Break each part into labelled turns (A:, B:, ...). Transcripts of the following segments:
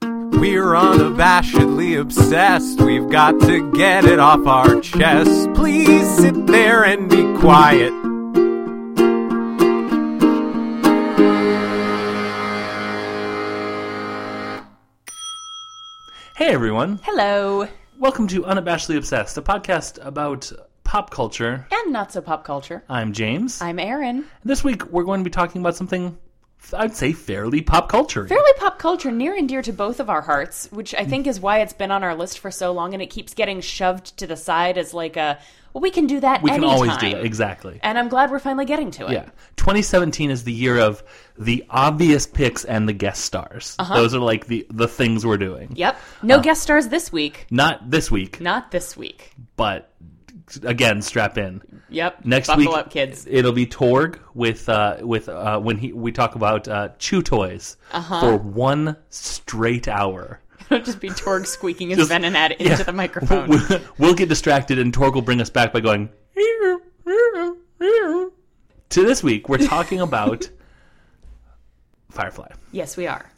A: We're unabashedly obsessed. We've got to get it off our chest. Please sit there and be quiet.
B: Hey everyone,
C: Hello.
B: welcome to Unabashedly Obsessed, a podcast about pop culture.
C: And not so pop culture.
B: I'm James.
C: I'm Aaron.
B: this week we're going to be talking about something I'd say fairly pop culture.
C: Fairly pop culture, near and dear to both of our hearts, which I think is why it's been on our list for so long and it keeps getting shoved to the side as like a, well, we can do that
B: we can
C: anytime.
B: always do it. Exactly.
C: And I'm glad we're finally getting to it.
B: Yeah. 2017 is the year of the obvious picks and the guest stars.
C: Uh-huh.
B: Those are like the the things we're doing.
C: Yep. No
B: Uh,
C: guest stars this week.
B: Not this week,
C: Not this week.
B: but again, strap in.
C: Yep.
B: Next
C: Buckle
B: week,
C: up, kids.
B: It'll be Torg with uh, with uh, when he we talk about uh, chew toys
C: Uh-huh.
B: for one straight hour.
C: It'll just be Torg squeaking his venom at into the microphone.
B: We'll, we'll get distracted, and Torg will bring us back by going. To this week, we're talking about Firefly.
C: yes, we are.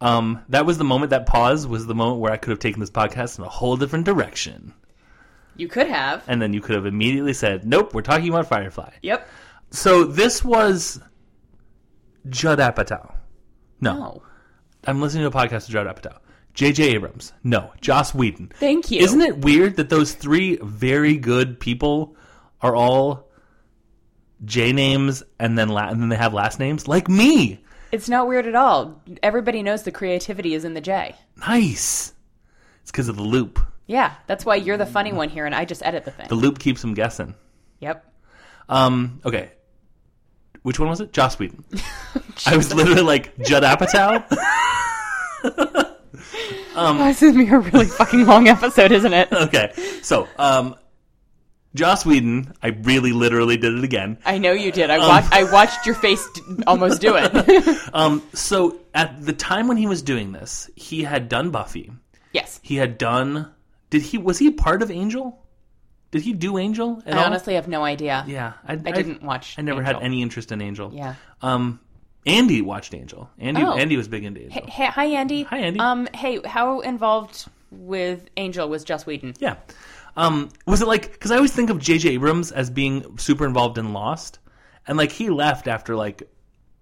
B: Um, that was the moment. That pause was the moment where I could have taken this podcast in a whole different direction,
C: You could have.
B: and then you could have immediately said, "Nope, we're talking about Firefly."
C: Yep.
B: So this was Judd Apatow. No,
C: Oh.
B: I'm listening to a podcast with Judd Apatow. J.J. Abrams. No, Joss Whedon.
C: Thank you.
B: Isn't it weird that those three very good people are all J names and then la- and then they have last names like me?
C: It's not weird at all. Everybody knows the creativity is in the J.
B: Nice. It's because of the loop.
C: Yeah, that's why you're the funny one here, and I just edit the thing.
B: The loop keeps them guessing.
C: Yep.
B: Um. Okay. Which one was it? Joss Whedon. I was literally like Judd Apatow. Um,
C: Oh, this is gonna be a really fucking long episode, isn't it?
B: okay. So, um, Joss Whedon. I really literally did it again.
C: I know you did. I
B: Um,
C: watched. I watched your face d- almost do it.
B: So at the time when he was doing this, he had done Buffy.
C: yes.
B: He had done. Did he? Was he a part of Angel? Did he do Angel? At
C: I
B: all?
C: honestly have no idea.
B: Yeah, I,
C: didn't watch
B: I never had
C: Angel.
B: any interest in Angel.
C: Yeah.
B: Um, Andy watched Angel. Andy.
C: Oh.
B: Andy was big into Angel.
C: Hey, hi, Andy.
B: Hi, Andy.
C: Um. Hey, how involved with Angel was Joss Whedon?
B: Yeah. Um, was it like because I always think of J.J. Abrams as being super involved in Lost, and like he left after like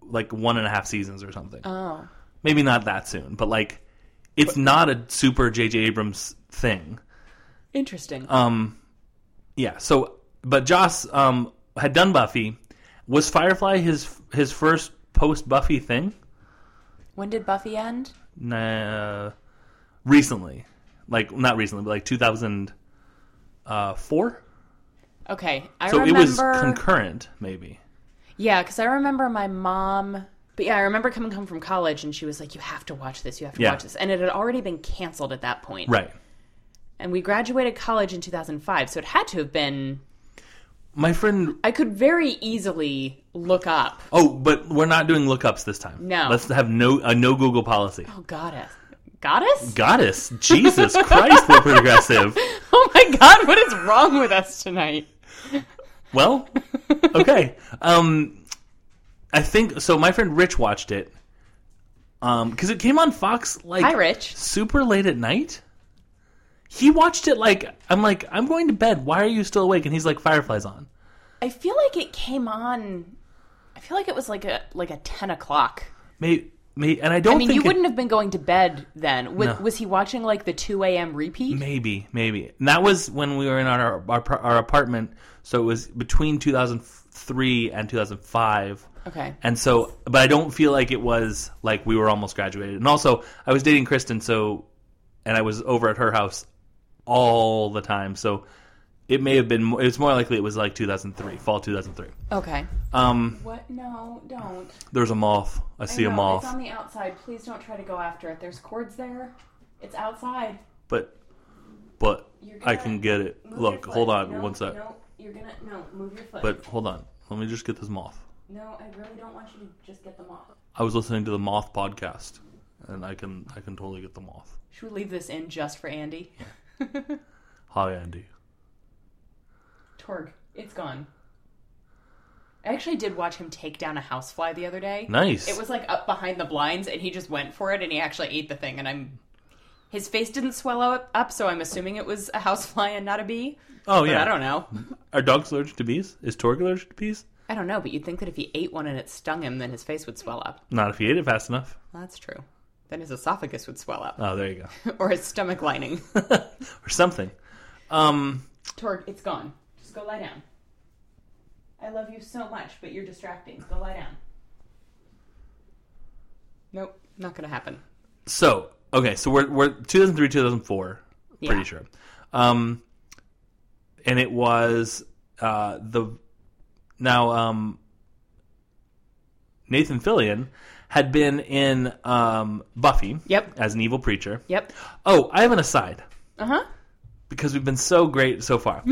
B: like one and a half seasons or something.
C: Oh.
B: Maybe not that soon, but like it's not a super J.J. Abrams thing.
C: Interesting.
B: Um, Yeah. So, but Joss um, had done Buffy. Was Firefly his his first post Buffy thing?
C: when did Buffy end?
B: Nah, recently, like not recently, but like two thousand uh, four.
C: Okay, I
B: So
C: remember.
B: it was concurrent, maybe.
C: yeah, because I remember my mom. But yeah, I remember coming home from college, and she was like, "You have to watch this. You have to
B: Yeah.
C: watch this." And it had already been canceled at that point.
B: Right.
C: And we graduated college in 2005, so it had to have been
B: My friend.
C: I could very easily look up.
B: Oh, but we're not doing lookups this time.
C: No.
B: Let's have no a no Google policy.
C: Oh, goddess. Goddess?
B: Goddess, Jesus Christ, we're progressive.
C: Oh my god, what is wrong with us tonight?
B: Well, okay. Um, I think so. My friend Rich watched it. Um, because it came on Fox like
C: Hi, Rich.
B: super late at night. He watched it like I'm like I'm going to bed. Why are you still awake? And he's like Fireflies on.
C: I feel like it came on. I feel like it was like a like a ten o'clock.
B: May may and I don't
C: I mean,
B: think
C: you
B: it-
C: wouldn't have been going to bed then. Was,
B: No.
C: was he watching like the two a.m. repeat?
B: Maybe, maybe. And that was when we were in our our, our apartment. So it was between 2003 and 2005.
C: Okay.
B: And so, but I don't feel like it was like we were almost graduated. And also, I was dating Kristen, so, and I was over at her house all the time. So it may have been, mo- it's more likely it was like 2003, fall 2003.
C: Okay.
B: Um,
C: What? No, don't.
B: there's a moth. I see a moth.
C: the outside. Please don't try to go after it. There's cords there. It's outside.
B: but, but
C: You're
B: I
C: gonna
B: can get it. Look, hold on one sec.
C: you're gonna no. Move your foot.
B: But hold on. Let me just get this moth.
C: No, I really don't want you to just get them off.
B: I was listening to the Moth podcast, and I can I can totally get the Moth.
C: Should we leave this in just for Andy?
B: Hi, Andy.
C: Torg, it's gone. I actually did watch him take down a housefly the other day.
B: Nice.
C: It was like up behind the blinds, and he just went for it, and he actually ate the thing, and I'm His face didn't swell up, up, so I'm assuming it was a housefly and not a bee.
B: Oh
C: But
B: yeah,
C: I don't know.
B: Are dogs allergic to bees? Is Torg allergic to bees?
C: I don't know, but you'd think that if he ate one and it stung him, then his face would swell up.
B: Not if he ate it fast enough.
C: That's true. Then his esophagus would swell up,
B: Oh, there you go,
C: or his stomach lining.
B: or something. Um,
C: Torg, it's gone. Just go lie down. I love you so much, but you're distracting. Go lie down. Nope, not gonna happen.
B: so okay, so we're we're 2003, 2004,
C: Yeah.
B: pretty sure. Um, and it was uh the now um Nathan Fillion had been in um Buffy
C: Yep.
B: as an evil preacher.
C: Yep.
B: Oh, I have an aside.
C: Uh huh.
B: because we've been so great so far.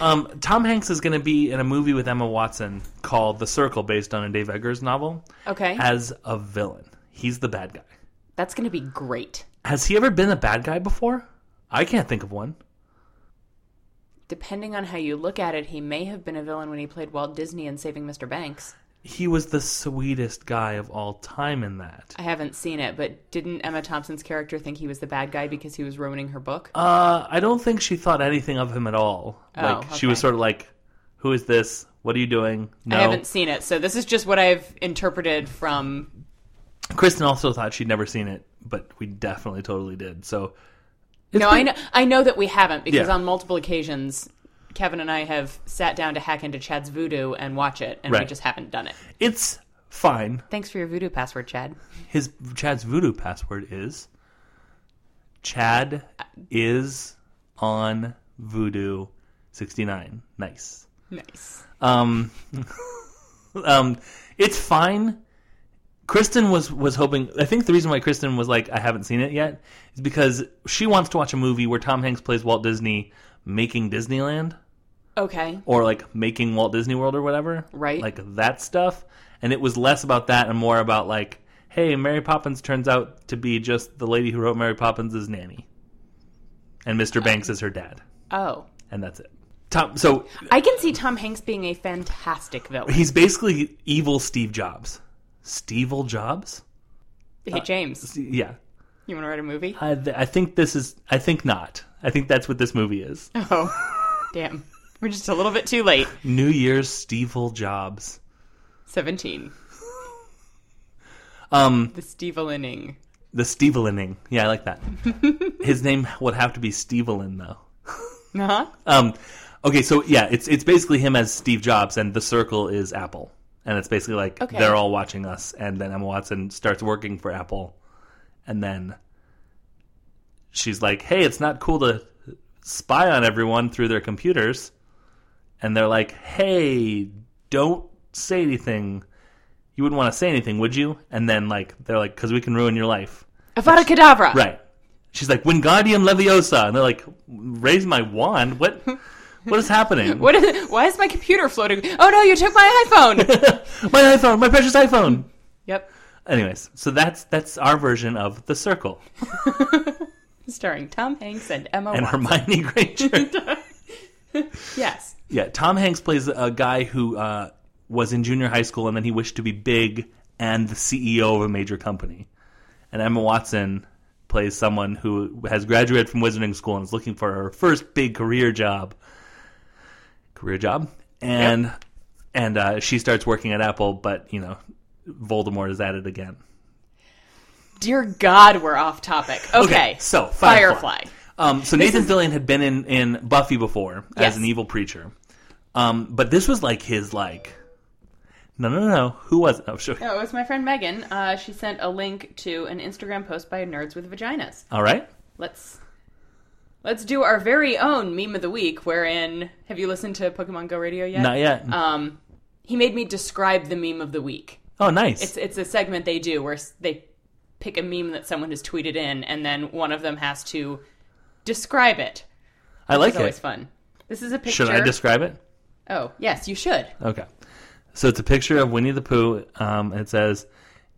B: um, Tom Hanks is going to be in a movie with Emma Watson called The Circle, based on a Dave Eggers novel,
C: Okay.
B: as a villain. He's the bad guy.
C: That's gonna be great.
B: Has he ever been a bad guy before? I can't think of one.
C: Depending on how you look at it, he may have been a villain when he played Walt Disney in Saving Mr. Banks.
B: He was the sweetest guy of all time in that.
C: I haven't seen it, but didn't Emma Thompson's character think he was the bad guy because he was ruining her book?
B: Uh, I don't think she thought anything of him at all.
C: Oh,
B: like she was
C: okay.
B: sort of like, "Who is this? What are you doing?" No.
C: I haven't seen it, so this is just what I've interpreted from.
B: Kristen also thought she'd never seen it, but we definitely totally did. So
C: no, I know I know that we haven't because
B: Yeah.
C: on multiple occasions, Kevin and I have sat down to hack into Chad's voodoo and watch it, and we
B: Right.
C: just haven't done it.
B: it's fine.
C: Thanks for your voodoo password, Chad.
B: his Chad's voodoo password is Chad is on voodoo 69. Nice.
C: Nice.
B: Um um it's fine. Kristen was was hoping I think the reason why Kristen was like I haven't seen it yet is because she wants to watch a movie where Tom Hanks plays Walt Disney making Disneyland
C: Okay.
B: or like making Walt Disney World or whatever.
C: Right.
B: Like that stuff. And it was less about that and more about like, hey, Mary Poppins turns out to be just the lady who wrote Mary Poppins' nanny. And Mr. Banks is her dad.
C: Oh,
B: And that's it. Tom so
C: I can see Tom Hanks being a fantastic villain.
B: he's basically evil Steve Jobs. Stevel Jobs?
C: Hey, James,
B: Yeah.
C: you want to write a movie?
B: I, th- I think this is I think not. I think that's what this movie is.
C: Oh, damn. We're just a little bit too late.
B: New Year's Stevel Jobs.
C: Seventeen.
B: Um
C: The Stevelining.
B: The Stevelining. Yeah, I like that. His name would have to be Stevelin, though.
C: Uh huh.
B: Um, okay, so yeah, it's it's basically him as Steve Jobs, and the circle is Apple, and it's basically like
C: Okay.
B: they're all watching us, and then Emma Watson starts working for Apple, and then she's like, "Hey, it's not cool to spy on everyone through their computers," and they're like, "Hey, don't say anything." You wouldn't want to say anything, would you? And then, like, they're like, because we can ruin your life.
C: Avada Kedavra.
B: Right. She's like, Wingardium Leviosa. And they're like, raise my wand? What? What is happening?
C: What is, why is my computer floating? Oh no, you took my iPhone.
B: My iPhone, my precious iPhone.
C: yep.
B: Anyways, so that's that's our version of the circle
C: Starring Tom Hanks and Emma
B: and
C: Watson.
B: Hermione Granger.
C: Yes.
B: yeah, Tom Hanks plays a guy who uh, was in junior high school and then he wished to be big and the CEO of a major company. And Emma Watson plays someone who has graduated from wizarding school and is looking for her first big career job. Career job, and and uh, she starts working at Apple, but you know, Voldemort is at it again.
C: Dear God, we're off topic. Okay.
B: so Firefly.
C: Firefly.
B: Um, so Nathan Fillion had been in, in Buffy before
C: Yes.
B: as an evil preacher, um, but this was like his like. No, no, no, no. Who was it? Oh, sure.
C: Oh, it was my friend Megan. Uh, she sent a link to an Instagram post by Nerds with Vaginas.
B: All right.
C: Let's let's do our very own meme of the week. Wherein, have you listened to Pokemon Go Radio yet?
B: Not yet.
C: Um, he made me describe the meme of the week.
B: oh, nice.
C: It's it's a segment they do where s- they pick a meme that someone has tweeted in, and then one of them has to describe it.
B: I like
C: It's always
B: it.
C: fun. This is a picture.
B: Should I describe it?
C: Oh yes, you should.
B: Okay. So it's a picture of Winnie the Pooh. Um, and it says,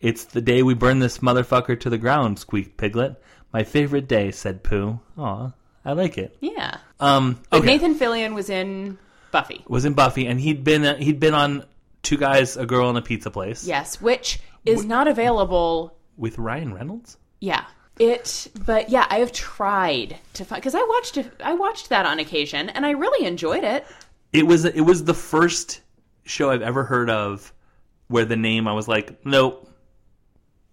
B: "It's the day we burn this motherfucker to the ground." Squeaked Piglet. My favorite day," said Pooh. Aw, I like it.
C: Yeah.
B: Um, okay.
C: Nathan Fillion was in Buffy.
B: was in Buffy, and he'd been uh, he'd been on Two Guys, a Girl, and a Pizza Place
C: Yes, which is not available.
B: with Ryan Reynolds.
C: Yeah. It, but yeah, I have tried to find because I watched it- I watched that on occasion, and I really enjoyed it.
B: It was it was the first show I've ever heard of where the name I was like, nope,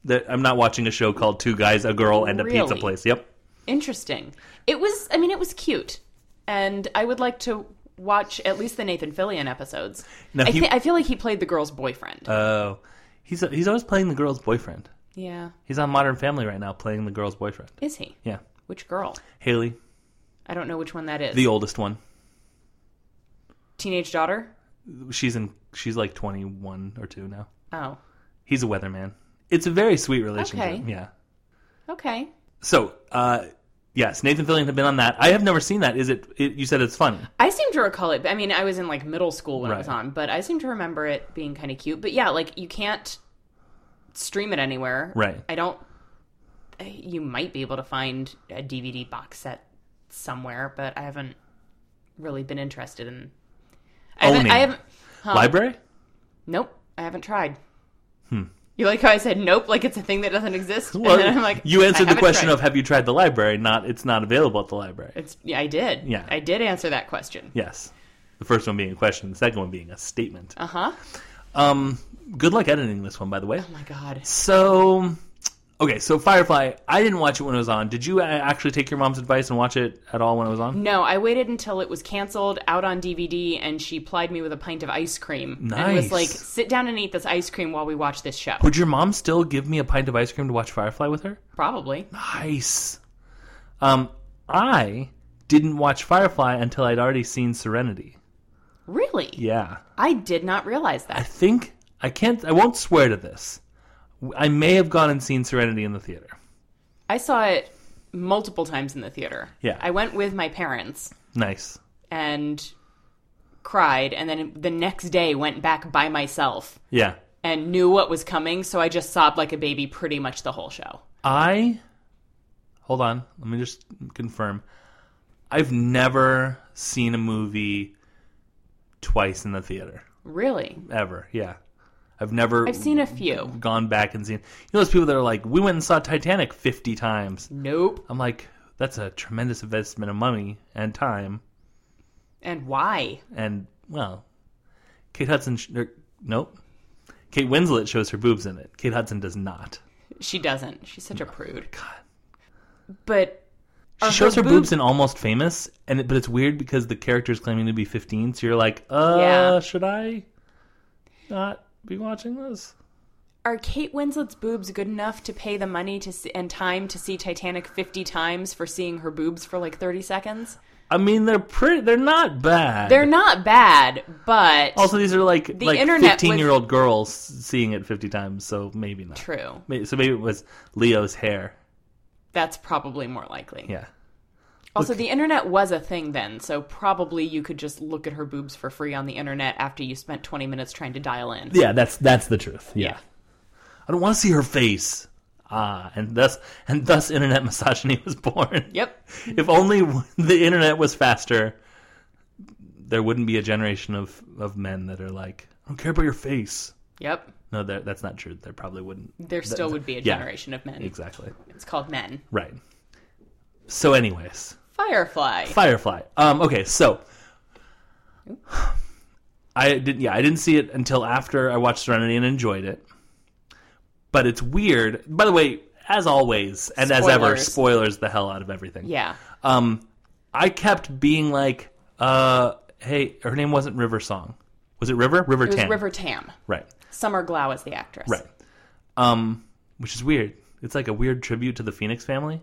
B: that I'm not watching a show called Two Guys, a Girl, and a Pizza
C: Really?
B: Place. Yep.
C: Interesting. It was, I mean, it was cute, and I would like to watch at least the Nathan Fillion episodes.
B: Now,
C: I,
B: he-
C: thi- I feel like he played the girl's boyfriend.
B: Oh, he's he's always playing the girl's boyfriend.
C: yeah,
B: He's on Modern Family right now, playing the girl's boyfriend.
C: is he?
B: Yeah,
C: Which girl?
B: Haley,
C: I don't know which one that is.
B: the oldest one.
C: teenage daughter.
B: She's in. She's like 21 or two now.
C: Oh,
B: He's a weatherman. It's a very sweet relationship.
C: Okay.
B: Yeah.
C: okay.
B: So, uh, yes, Nathan Fillion had been on that. I have never seen that. Is it? it you said it's funny.
C: I seem to recall it. I mean, I was in like middle school when it was
B: Right.
C: on, but I seem to remember it being kind of cute. But yeah, like you can't stream it anywhere.
B: Right.
C: I don't. eh, You might be able to find a DVD box set somewhere, but I haven't really been interested in. I haven't.
B: Owning.
C: I haven't
B: Library?
C: nope. I haven't tried. Hmm. You like how I said nope? Like it's a thing that doesn't exist.
B: Well,
C: and then I'm like,
B: you answered
C: I
B: the question
C: haven't
B: of have you tried the library? Not it's not available at the library.
C: tried. It's, yeah, I did.
B: Yeah.
C: I did answer that question.
B: yes, the first one being a question, the second one being a statement.
C: Uh huh.
B: Um, good luck editing this one, by the way.
C: Oh my god.
B: So, okay, so Firefly, I didn't watch it when it was on. Did you uh, actually take your mom's advice and watch it at all when it was on?
C: No, I waited until it was canceled out on DVD, and she plied me with a pint of ice cream and
B: Nice.
C: was like, "Sit down and eat this ice cream while we watch this show."
B: Would your mom still give me a pint of ice cream to watch Firefly with her?
C: Probably.
B: Nice. Um, I didn't watch Firefly until I'd already seen Serenity.
C: Really?
B: Yeah.
C: I did not realize
B: I
C: that.
B: think I can't. I won't swear to this. I may have gone and seen Serenity in the theater.
C: I saw it multiple times in the theater.
B: Yeah.
C: I went with my parents
B: Nice.
C: and cried, and then the next day went back by myself
B: Yeah.
C: and knew what was coming, so I just sobbed like a baby pretty much the whole show.
B: I hold on. Let me just confirm. I've never seen a movie twice in the theater
C: Really?
B: ever. Yeah, I've never.
C: I've seen a few.
B: gone back and seen. You know those people that are like, we went and saw Titanic fifty times.
C: Nope.
B: I'm like, that's a tremendous investment of money and time
C: And why?
B: and well, Kate Hudson. Sh- er, nope. Kate Winslet shows her boobs in it. Kate Hudson does not.
C: She doesn't. She's such a prude.
B: Oh God.
C: But
B: She
C: Are
B: shows her
C: her
B: boobs,
C: boobs-
B: in Almost Famous, and it, but it's weird because the character is claiming to be 15, so you're like, uh,
C: Yeah.
B: should I not be watching this?
C: are Kate Winslet's boobs good enough to pay the money to see, and time to see Titanic 50 times for seeing her boobs for like 30 seconds?
B: I mean, they're pretty. They're not bad.
C: They're not bad, but
B: also these are like like
C: internet
B: 15 year old girls seeing it 50 times, so maybe not.
C: true.
B: May- So maybe it was Leo's hair.
C: That's probably more likely.
B: Yeah.
C: Also, the internet was a thing then, so probably you could just look at her boobs for free on the internet after you spent 20 minutes trying to dial in.
B: Yeah, that's that's the truth. Yeah. I don't want to see her face. Ah, and thus and thus internet misogyny was born.
C: Yep.
B: If only w- the internet was faster, there wouldn't be a generation of of men that are like, I don't care about your face.
C: Yep.
B: No, that that's not true. There probably wouldn't.
C: There still would be a
B: yeah.
C: generation of men.
B: Exactly.
C: It's called men.
B: Right. So anyways,
C: Firefly.
B: Firefly. Um okay, so I didn't yeah, I didn't see it until after I watched Serenity and enjoyed it. But it's weird. By the way, as always and as ever,
C: Spoilers.
B: spoilers the hell out of everything.
C: yeah.
B: um, I kept being like, uh, hey, her name wasn't River Song. Was it River? River
C: It was
B: Tan.
C: River Tam.
B: Right.
C: Summer Glau is the actress.
B: Right. Um, which is weird. It's like a weird tribute to the Phoenix family,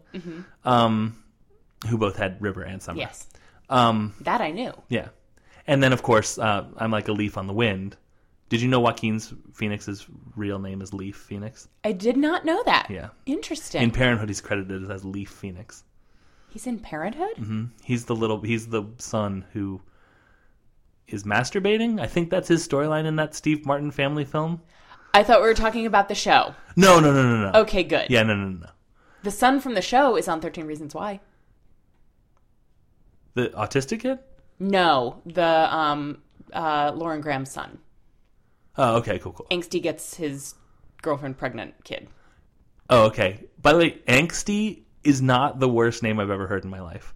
B: um, who both had River and Summer.
C: Mm-hmm. Yes.
B: Um,
C: That I knew.
B: yeah. And then, of course, uh, I'm like a leaf on the wind. Did you know Joaquin's Phoenix's real name is Leaf Phoenix?
C: I did not know that.
B: Yeah.
C: Interesting.
B: In Parenthood, he's credited as Leaf Phoenix.
C: He's in Parenthood?
B: Mm-hmm. He's the little. He's the son who is masturbating. I think that's his storyline in that Steve Martin family film.
C: I thought we were talking about the show.
B: No, no, no, no, no.
C: Okay, good.
B: Yeah, no, no, no, no.
C: The son from the show is on 13 Reasons Why.
B: The autistic kid.
C: No, the um uh Lauren Graham's son.
B: Oh, okay, cool, cool.
C: Angsty gets his girlfriend pregnant kid.
B: Oh, okay. By the way, angsty is not the worst name I've ever heard in my life.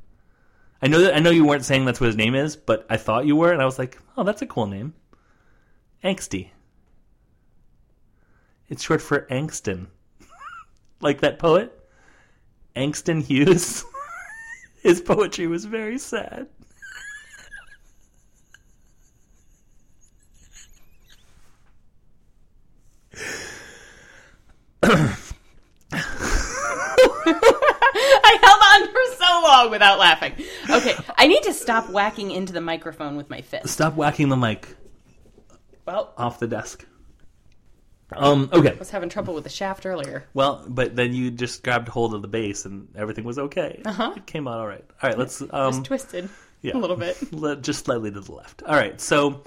B: I know that I know you weren't saying that's what his name is, but I thought you were, and I was like, oh, that's a cool name. Angsty. It's short for Angston. like that poet? Angston Hughes. his poetry was very sad.
C: I held on for so long without laughing. Okay, I need to stop whacking into the microphone with my fist.
B: Stop whacking the mic
C: Well, I
B: off the desk. Um, okay.
C: was having trouble with the shaft earlier.
B: Well, but then you just grabbed hold of the base and everything was okay.
C: Uh-huh.
B: It came out all right. All right, let's um
C: Just twisted
B: yeah.
C: a little bit.
B: Le- just slightly to the left. All right, so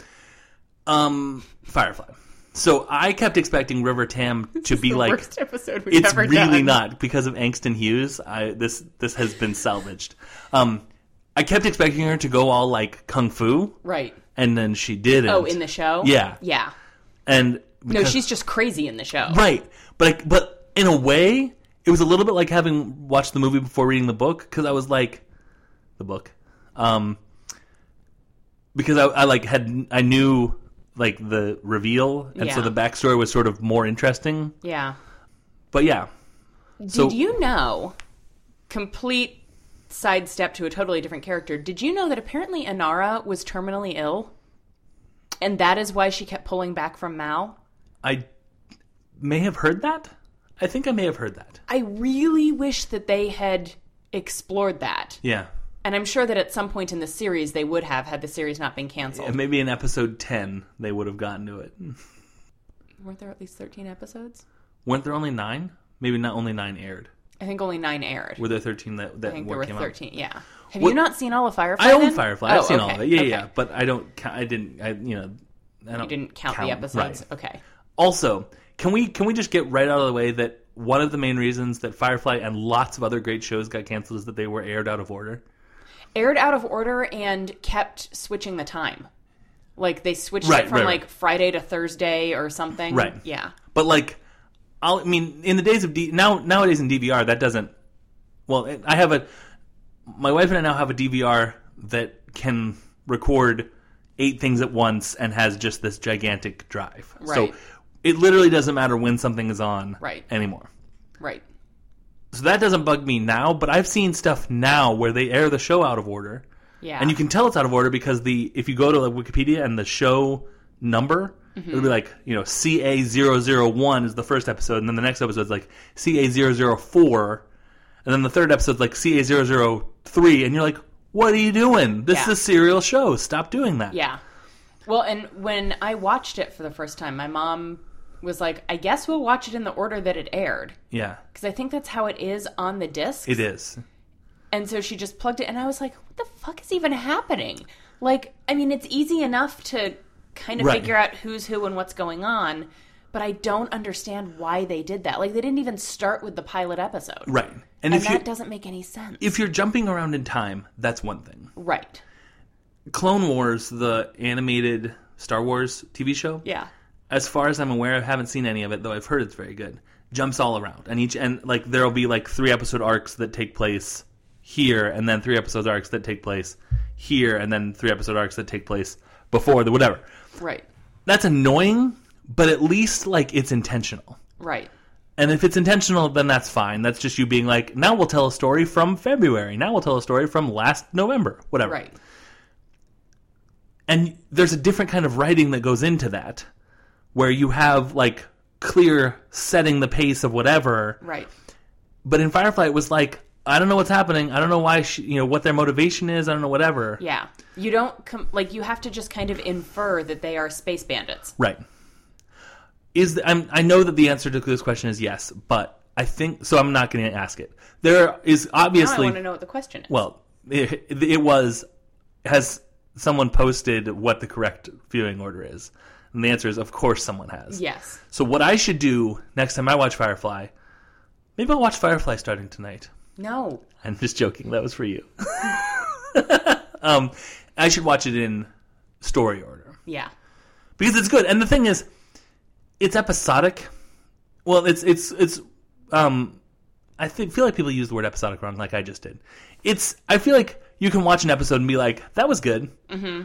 B: um Firefly. So I kept expecting River Tam to be
C: the
B: like
C: worst episode we've
B: it's
C: ever
B: really
C: done.
B: not because of Angston Hughes. I this this has been salvaged. um I kept expecting her to go all like kung fu
C: Right.
B: and then she didn't.
C: Oh, in the show?
B: Yeah.
C: Yeah.
B: and
C: No,
B: because-
C: she's just crazy in the show.
B: Right, but I, but in a way, it was a little bit like having watched the movie before reading the book because I was like, the book, um, because I, I like had I knew like the reveal, and so
C: Yeah.
B: the backstory was sort of more interesting.
C: Yeah.
B: But yeah, so
C: Did you know? Complete sidestep to a totally different character. Did you know that apparently Inara was terminally ill, and that is why she kept pulling back from Mal?
B: I may have heard that. I think I may have heard that.
C: I really wish that they had explored that,
B: Yeah,
C: and I'm sure that at some point in the series they would have had the series not been canceled.
B: and maybe in episode ten they would have gotten to it.
C: Weren't there at least 13 episodes?
B: Weren't there only nine? Maybe not only nine aired.
C: I think only nine aired.
B: Were there thirteen that that
C: I think
B: were-
C: there were
B: came out?
C: 13. Yeah. Have
B: What-
C: you not seen all of Firefly?
B: I own
C: then?
B: Firefly.
C: Oh,
B: I've seen all
C: okay,
B: of it. Yeah,
C: okay.
B: yeah. But I don't. ca- I didn't. I you know. I don't
C: You didn't count, the episodes.
B: Oh, Right.
C: Okay.
B: Also, can we can we just get right out of the way that one of the main reasons that Firefly and lots of other great shows got canceled is that they were aired out of order.
C: aired out of order and kept switching the time. Like they switched
B: Right,
C: it from
B: right,
C: like
B: right.
C: Friday to Thursday or something.
B: Right.
C: Yeah.
B: But like, I'll, I mean, in the days of D, now nowadays in DVR, that doesn't. Well, it- I have a. My wife and I now have a DVR that can record eight things at once and has just this gigantic drive. So
C: Right.
B: it literally doesn't matter when something is on
C: Right.
B: anymore.
C: Right.
B: So that doesn't bug me now, but I've seen stuff now where they air the show out of order.
C: Yeah.
B: And you can tell it's out of order because the if you go to like Wikipedia and the show number, it'll
C: Mm-hmm.
B: be like, you know, CA001 is the first episode, and then the next episode's like CA004, and then the third episode's like CA003, and you're like, what are you doing? This is
C: Yeah.
B: a serial show. Stop doing that.
C: yeah. Well, and when I watched it for the first time, my mom was like, "I guess we'll watch it in the order that it aired."
B: Yeah.
C: Because I think that's how it is on the disc.
B: It is.
C: And so she just plugged it, and I was like, what the fuck is even happening? Like, I mean, it's easy enough to kind of
B: Right.
C: figure out who's who and what's going on, but I don't understand why they did that. Like, they didn't even start with the pilot episode.
B: Right. And,
C: And
B: if
C: that
B: you
C: doesn't make any sense.
B: if you're jumping around in time, that's one thing.
C: right.
B: Clone Wars, the animated Star Wars TV show.
C: Yeah.
B: As far as I'm aware, I haven't seen any of it, though I've heard it's very good. Jumps all around, and each and like there'll be like three episode arcs that take place here, and then three episode arcs that take place here, and then three episode arcs that take place before the whatever.
C: Right.
B: That's annoying, but at least like it's intentional.
C: Right.
B: And if it's intentional, then that's fine. That's just you being like, now we'll tell a story from February. Now we'll tell a story from last November. Whatever
C: Right.
B: and there's a different kind of writing that goes into that where you have like clear setting the pace of whatever
C: Right.
B: but in firefly it was like i don't know what's happening i don't know why she, you know what their motivation is i don't know whatever
C: Yeah. You don't, com- like, you have to just kind of infer that they are space bandits.
B: right is the, I'm, i know that the answer to this question is yes but i think so i'm not going to ask it there is
C: Now I
B: obviously
C: want to know what the question is.
B: well it, it was has someone posted what the correct viewing order is and the answer is of course someone has
C: yes.
B: So what I should do next time I watch Firefly, maybe I'll watch Firefly starting tonight.
C: No.
B: I'm just joking. That was for you. um, I should watch it in story order
C: Yeah.
B: because it's good. And the thing is, it's episodic. Well, it's it's it's um, I think feel like people use the word episodic wrong, like I just did. It's I feel like you can watch an episode and be like, that was good, mm-hmm.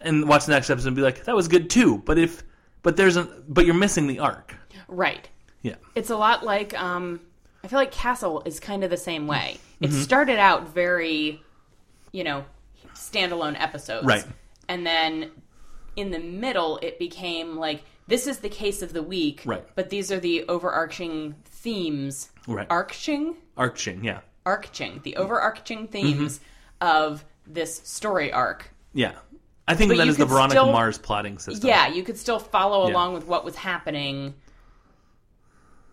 B: and watch the next episode and be like, that was good too. But if but there's a but you're missing the arc.
C: Right.
B: Yeah.
C: It's a lot like um, I feel like Castle is kind of the same way.
B: Mm-hmm.
C: It started out very, you know, standalone episodes,
B: Right.
C: And then in the middle, it became like this is the case of the week,
B: Right.
C: But these are the overarching themes,
B: Right.
C: Arching,
B: Arching. Yeah.
C: arching, the overarching themes
B: Mm-hmm.
C: of this story arc.
B: Yeah. I think
C: But
B: that
C: you
B: is the
C: could
B: Veronica
C: still-
B: Mars plotting system.
C: Yeah, you could still follow
B: Yeah.
C: along with what was happening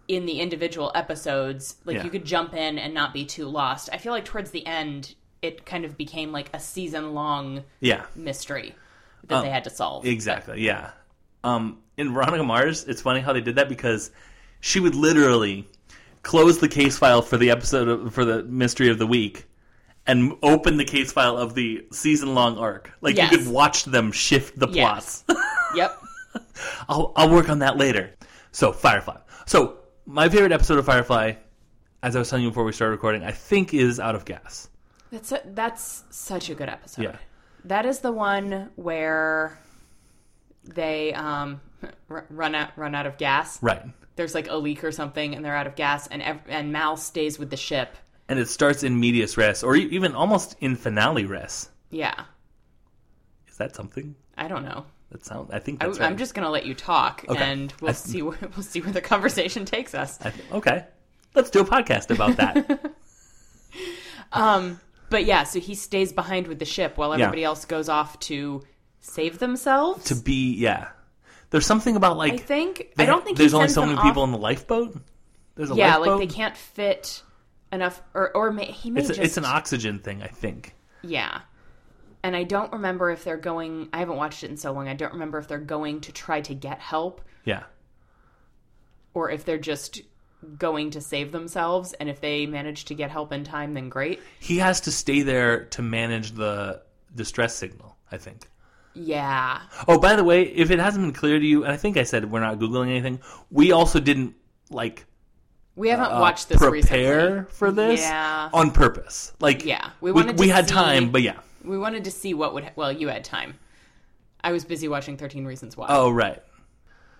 C: in the individual episodes. Like
B: Yeah.
C: you could jump in and not be too lost. I feel like towards the end, it kind of became like a season long
B: Yeah.
C: mystery
B: Oh.
C: that they had to solve.
B: Exactly. Yeah. Um, in Veronica Mars, it's funny how they did that because she would literally close the case file for the episode of, for the mystery of the week and open the case file of the season long arc. Like
C: Yes.
B: you could watch them shift the
C: Yes.
B: plots.
C: yep.
B: I'll I'll work on that later. So Firefly. So my favorite episode of Firefly, as I was telling you before we started recording, I think is Out of Gas.
C: That's a, that's such a good episode.
B: Yeah.
C: That is the one where they um, r- run out run out of gas.
B: Right.
C: There's like a leak or something, and they're out of gas, and ev- and Mal stays with the ship.
B: And it starts in medias res, or e- even almost in finale res.
C: Yeah.
B: Is that something?
C: I don't know.
B: That sound? I think
C: I,
B: that's right.
C: am just going to let you talk,
B: Okay.
C: and we'll
B: I-
C: see where, we'll see where the conversation takes us.
B: I th- okay, let's do a podcast about that.
C: But yeah, so he stays behind with the ship while everybody else goes off to save themselves.
B: to be, yeah. There's something about like
C: I think
B: they-
C: I don't think he
B: there's only
C: sends
B: so
C: them
B: many
C: off-
B: people in the lifeboat. There's a
C: yeah,
B: lifeboat.
C: like they can't fit enough, or or may, he may
B: it's,
C: just
B: a, it's an oxygen thing, I think.
C: yeah. And I don't remember if they're going. I haven't watched it in so long. I don't remember if they're going to try to get help
B: Yeah,
C: or if they're just going to save themselves. And if they manage to get help in time, then great.
B: he has to stay there to manage the distress signal. I think.
C: Yeah,
B: Oh, by the way, if it hasn't been clear to you, and I think I said we're not googling anything, we also didn't like
C: we haven't watched this
B: Uh, prepare
C: recently.
B: for this
C: Yeah.
B: on purpose. Like,
C: Yeah, we
B: we
C: wanted to
B: we had
C: see-
B: time, but yeah.
C: We wanted to see what would. Well, you had time. I was busy watching Thirteen Reasons Why.
B: Oh, right.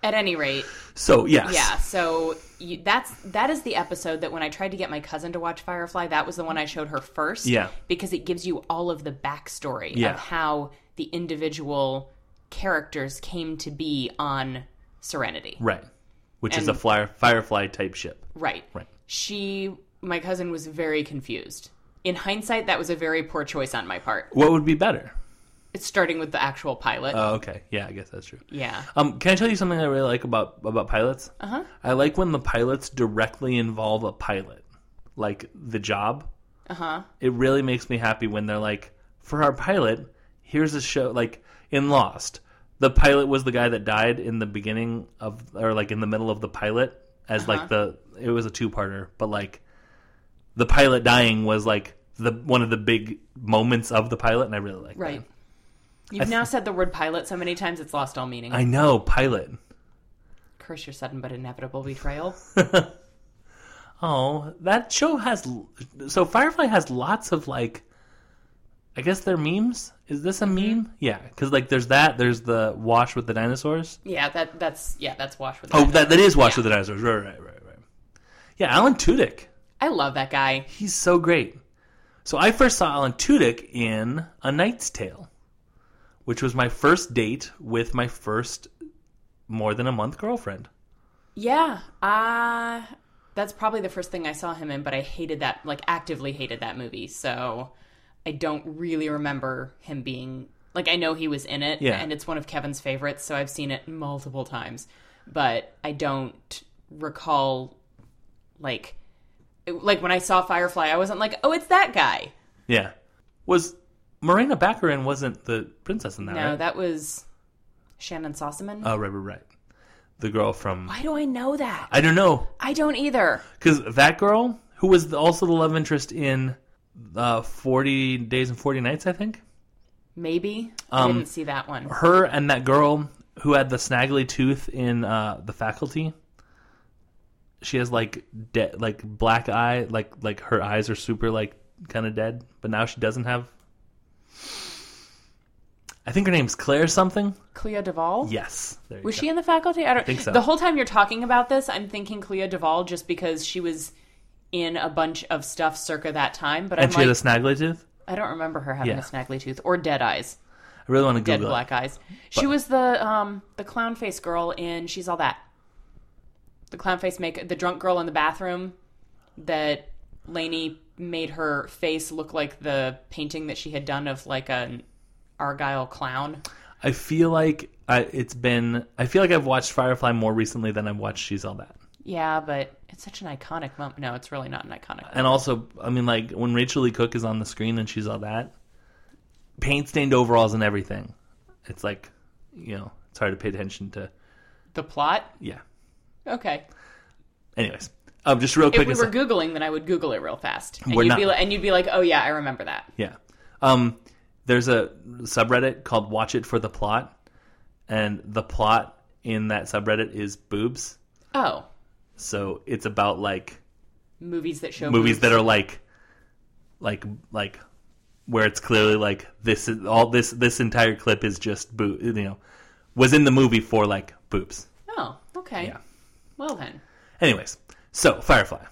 C: At any rate,
B: So yes,
C: yeah. So you, that's that is the episode that when I tried to get my cousin to watch Firefly, that was the one I showed her first.
B: Yeah.
C: because it gives you all of the backstory
B: Yeah.
C: of how the individual characters came to be on Serenity.
B: right. Which is
C: And-
B: a flyer, Firefly type ship.
C: Right.
B: Right.
C: She, my cousin, was very confused. In hindsight, that was a very poor choice on my part.
B: What would be better?
C: It's starting with the actual pilot.
B: Oh, okay. Yeah, I guess that's true.
C: yeah.
B: Um, can I tell you something I really like about about pilots? Uh huh. I like when the pilots directly involve a pilot, like the job. Uh huh. It really makes me happy when they're like, for our pilot, here's a show. Like in Lost, the pilot was the guy that died in the beginning of, or like in the middle of the pilot, as like the it was a two parter, but like the pilot dying was like the one of the big moments of the pilot, and I really like
C: Right.
B: that.
C: You've now said the word pilot so many times it's lost all meaning.
B: I know pilot.
C: Curse your sudden but inevitable betrayal.
B: Oh, that show has so Firefly has lots of like. I guess they're memes. Is this a meme? Yeah, because like there's that. There's the wash with the dinosaurs.
C: yeah, that that's yeah, that's Wash with.
B: Oh,
C: It.
B: that that is wash with the dinosaurs. Right, right, right, right. Yeah, Alan Tudyk.
C: I love that guy.
B: He's so great. So I first saw Alan Tudyk in A Knight's Tale, which was my first date with my first more than a month girlfriend.
C: Yeah, uh, that's probably the first thing I saw him in, but I hated that, like actively hated that movie. So I don't really remember him being like I know he was in it,
B: Yeah.
C: and it's one of Kevin's favorites, so I've seen it multiple times, but I don't recall like it- like when I saw Firefly, I wasn't like, oh, it's that guy.
B: Yeah, was Marina Baccarin wasn't the princess in that?
C: No,
B: right?
C: that was Shannon Sossaman.
B: Oh, right, right, right. The girl from
C: Why do I know that?
B: I don't know
C: I don't either.
B: because that girl who was the, also the love interest in uh, Forty Days and Forty Nights, I think.
C: Maybe
B: Um,
C: I didn't see that one.
B: Her and that girl who had the snaggly tooth in uh, the faculty. she has like dead, like black eye, like like her eyes are super like kind of dead, but now she doesn't have. I think her name's Claire something.
C: Clea Duvall?
B: Yes, there you
C: Was
B: go.
C: she in the faculty? I don't
B: think so.
C: The whole time you're talking about this, I'm thinking Clea Duvall just because she was in a bunch of stuff circa that time, but
B: And she
C: I'm
B: had a
C: like,
B: snaggly tooth.
C: I don't remember her having
B: Yeah.
C: a snaggly tooth or dead eyes,
B: I really want to
C: dead
B: Google. it.
C: black eyes. She was the um the clown face girl in She's All That. The clown face make the drunk girl in the bathroom that Lainey made her face look like the painting that she had done of like an argyle clown.
B: I feel like I, it's been. I feel like I've watched Firefly more recently than I've watched She's All That.
C: Yeah, but it's such an iconic moment. No, it's really not an iconic.
B: And also, I mean, like when Rachel Lee Cook is on the screen and She's All That, paint stained overalls and everything. It's like, you know, it's hard to pay attention to.
C: The plot?
B: Yeah.
C: Okay.
B: Anyways, um, just real
C: If
B: quick.
C: we
B: aside-
C: were googling, then I would Google it real fast, and
B: We're
C: you'd
B: not.
C: be like, and you'd be like, oh yeah, I remember that.
B: Yeah. Um, there's a subreddit called Watch It for the Plot, and the plot in that subreddit is boobs.
C: Oh,
B: So it's about like
C: movies that show
B: movies that are like, like, like, where it's clearly like this is all this this entire clip is just boob. You know, was in the movie for like boobs.
C: Oh, okay.
B: Yeah.
C: Well then,
B: Anyways, so Firefly,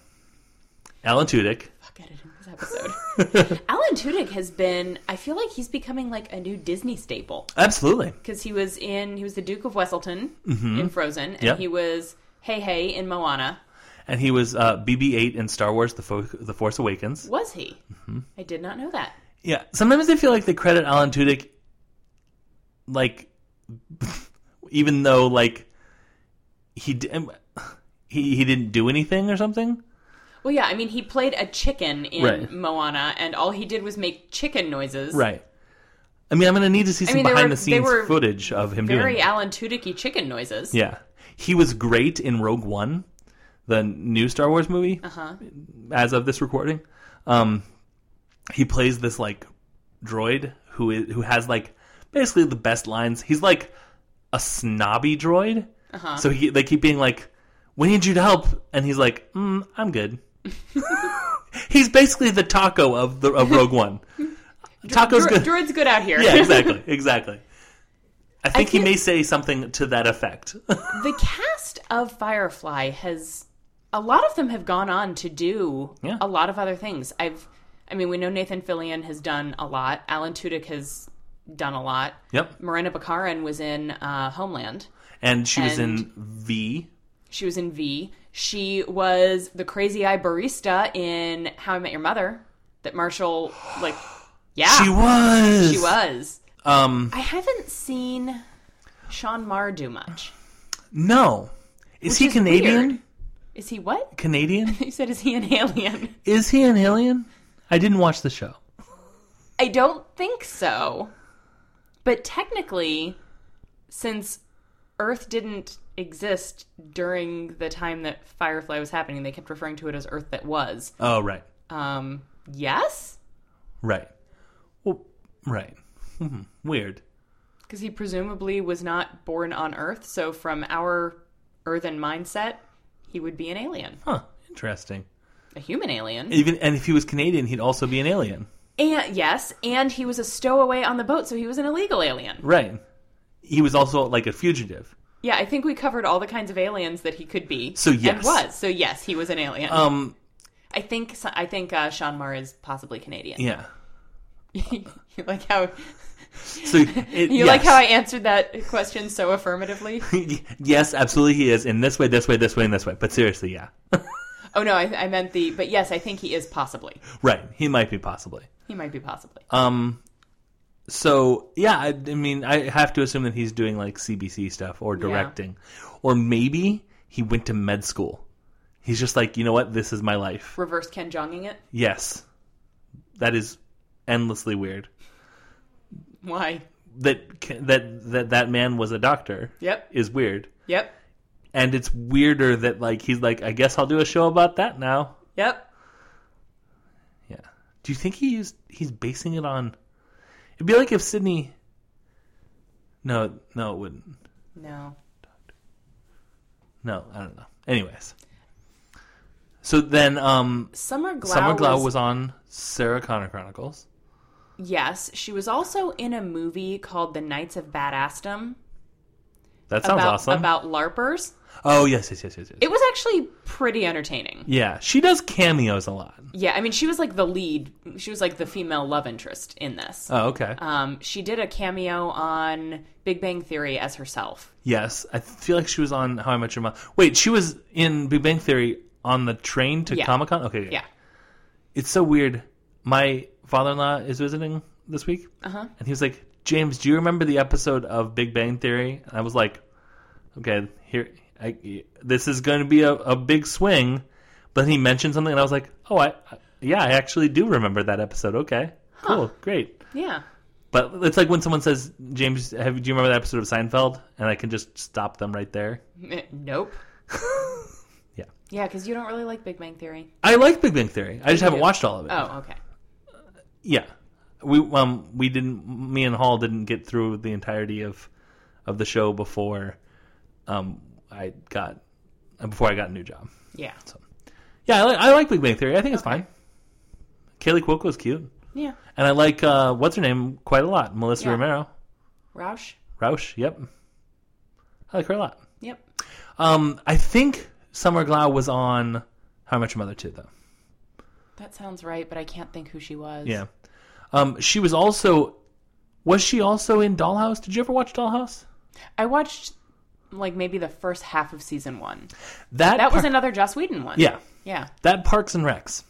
B: Alan Tudyk.
C: fuck editing this episode. Alan Tudyk has been. I feel like he's becoming like a new Disney staple
B: Absolutely.
C: because he was in. He was the Duke of Wesselton in Frozen, and
B: Mm-hmm. Yep.
C: he was Hey Hey in Moana.
B: And he was uh, BB-8 in Star Wars: The, Fo- the Force Awakens.
C: Was he?
B: Mm-hmm.
C: I did not know that.
B: Yeah, sometimes I feel like they credit Alan Tudyk, like, even though like he d- um, he he didn't do anything or something.
C: Well, yeah. I mean, he played a chicken in
B: Right.
C: Moana, and all he did was make chicken noises.
B: Right. I mean, I'm gonna need to see some
C: mean, they were-
B: behind the scenes
C: they were
B: footage of him
C: Very
B: doing. it.
C: Alan Tudyk chicken noises.
B: Yeah, he was great in Rogue One, the new Star Wars movie. Uh-huh. As of this recording, um, he plays this like droid who is who has like basically the best lines. He's like a snobby droid. Uh-huh. So he they keep being like, "We need you to help," and he's like, mm, "I'm good." he's basically the taco of the of Rogue One. Taco's
C: Dro-
B: good.
C: Droid's good out here.
B: Yeah, exactly, exactly. I think he
C: feel-
B: may say something to that effect.
C: the cast of Firefly has a lot of them have gone on to do
B: Yeah.
C: a lot of other things. I've I mean, we know Nathan Fillion has done a lot. Alan Tudyk has done a lot.
B: yep.
C: Marina Bakarin was in uh, Homeland.
B: And she was in
C: And-
B: V.
C: She was in V. She was the crazy eye barista in How I Met Your Mother. That Marshall, like, yeah,
B: She was.
C: Ah. she was.
B: Um,
C: I haven't seen Sean Marr do much.
B: no. Is he
C: is
B: Canadian?
C: weird. Is he what?
B: Canadian?
C: You said, is he an alien?
B: Is he an alien? I didn't watch the show.
C: I don't think so. But technically, since Earth didn't exist during the time that Firefly was happening, they kept referring to it as Earth that was.
B: Oh, right.
C: Um, yes?
B: Right. Well, right. Hmm. Weird.
C: Because he presumably was not born on Earth, so from our earthen mindset, he would be an alien,
B: Huh. Interesting.
C: a human alien.
B: Even and if he was Canadian, he'd also be an alien.
C: And yes, and he was a stowaway on the boat, so he was an illegal alien.
B: Right. He was also like a fugitive.
C: Yeah, I think we covered all the kinds of aliens that he could be.
B: So yes.
C: and was so yes, he was an alien.
B: Um.
C: I think so- I think uh, Sean Moore is possibly Canadian.
B: Yeah.
C: you like how
B: So it,
C: you like
B: yes.
C: how I answered that question so affirmatively?
B: yes, absolutely, he is in this way, this way, this way, and this way. But seriously, yeah,
C: oh no, I, I meant the. But yes, I think he is possibly.
B: right. He might be possibly.
C: He might be possibly.
B: Um, so yeah, I, I mean, I have to assume that he's doing like CBC stuff or directing, or maybe he went to med school. He's just like, you know what? This is my life.
C: Reverse Ken Jonging it.
B: Yes, that is endlessly weird.
C: Why?
B: That ca- that that that man was a doctor.
C: Yep.
B: is weird,
C: Yep.
B: and it's weirder that like he's like, I guess I'll do a show about that now.
C: Yep.
B: Yeah. Do you think he used? He's basing it on. It'd be like if Sydney. No, no, it wouldn't.
C: No.
B: No, I don't know. Anyways, So then, um,
C: Summer Glau,
B: Summer Glau
C: was
B: was on Sarah Connor Chronicles.
C: yes, she was also in a movie called The Knights of Badassdom
B: That sounds
C: about
B: awesome.
C: about larpers.
B: oh yes, yes, yes, yes, yes.
C: It was actually pretty entertaining.
B: yeah, she does cameos a lot.
C: Yeah, I mean, she was like the lead. She was like the female love interest in this.
B: Oh, okay.
C: Um, she did a cameo on Big Bang Theory as herself.
B: yes, I feel like she was on How I Met Your Mother. Wait, she was in Big Bang Theory on the train to
C: Yeah.
B: Comic Con. Okay,
C: Yeah.
B: It's so weird. My father-in-law is visiting this week, uh-huh. and he was like, "James, do you remember the episode of Big Bang Theory?" And I was like, "Okay, here, I, this is going to be a, a big swing." But he mentioned something, and I was like, "Oh, I, I yeah, I actually do remember that episode. Okay, cool, great."
C: Yeah.
B: But it's like when someone says, "James, have, do you remember that episode of Seinfeld?" And I can just stop them right there.
C: Eh, Nope.
B: Yeah.
C: Yeah, because you don't really like Big Bang Theory.
B: I like Big Bang Theory. I just haven't
C: do?
B: watched all of it.
C: Oh, okay.
B: Yeah, we um we didn't. Me and Hall didn't get through the entirety of of the show before um I got before I got a new job.
C: Yeah.
B: Yeah, I like I like Big Bang Theory. I think it's fine. Kaylee Cuoco is cute,
C: Yeah.
B: and I like uh, what's her name quite a lot, Melissa
C: Yeah.
B: Romero
C: Roush.
B: Roush. Yep, I like her a lot.
C: Yep.
B: Um, I think Summer Glau was on How Much Mother Too, though.
C: That sounds right, but I can't think who she was.
B: Yeah. Um, she was also. Was she also in Dollhouse? Did you ever watch Dollhouse?
C: I watched like maybe the first half of season one.
B: That
C: That was
B: par-
C: another Joss Whedon one.
B: yeah.
C: Yeah.
B: That Parks and Recs.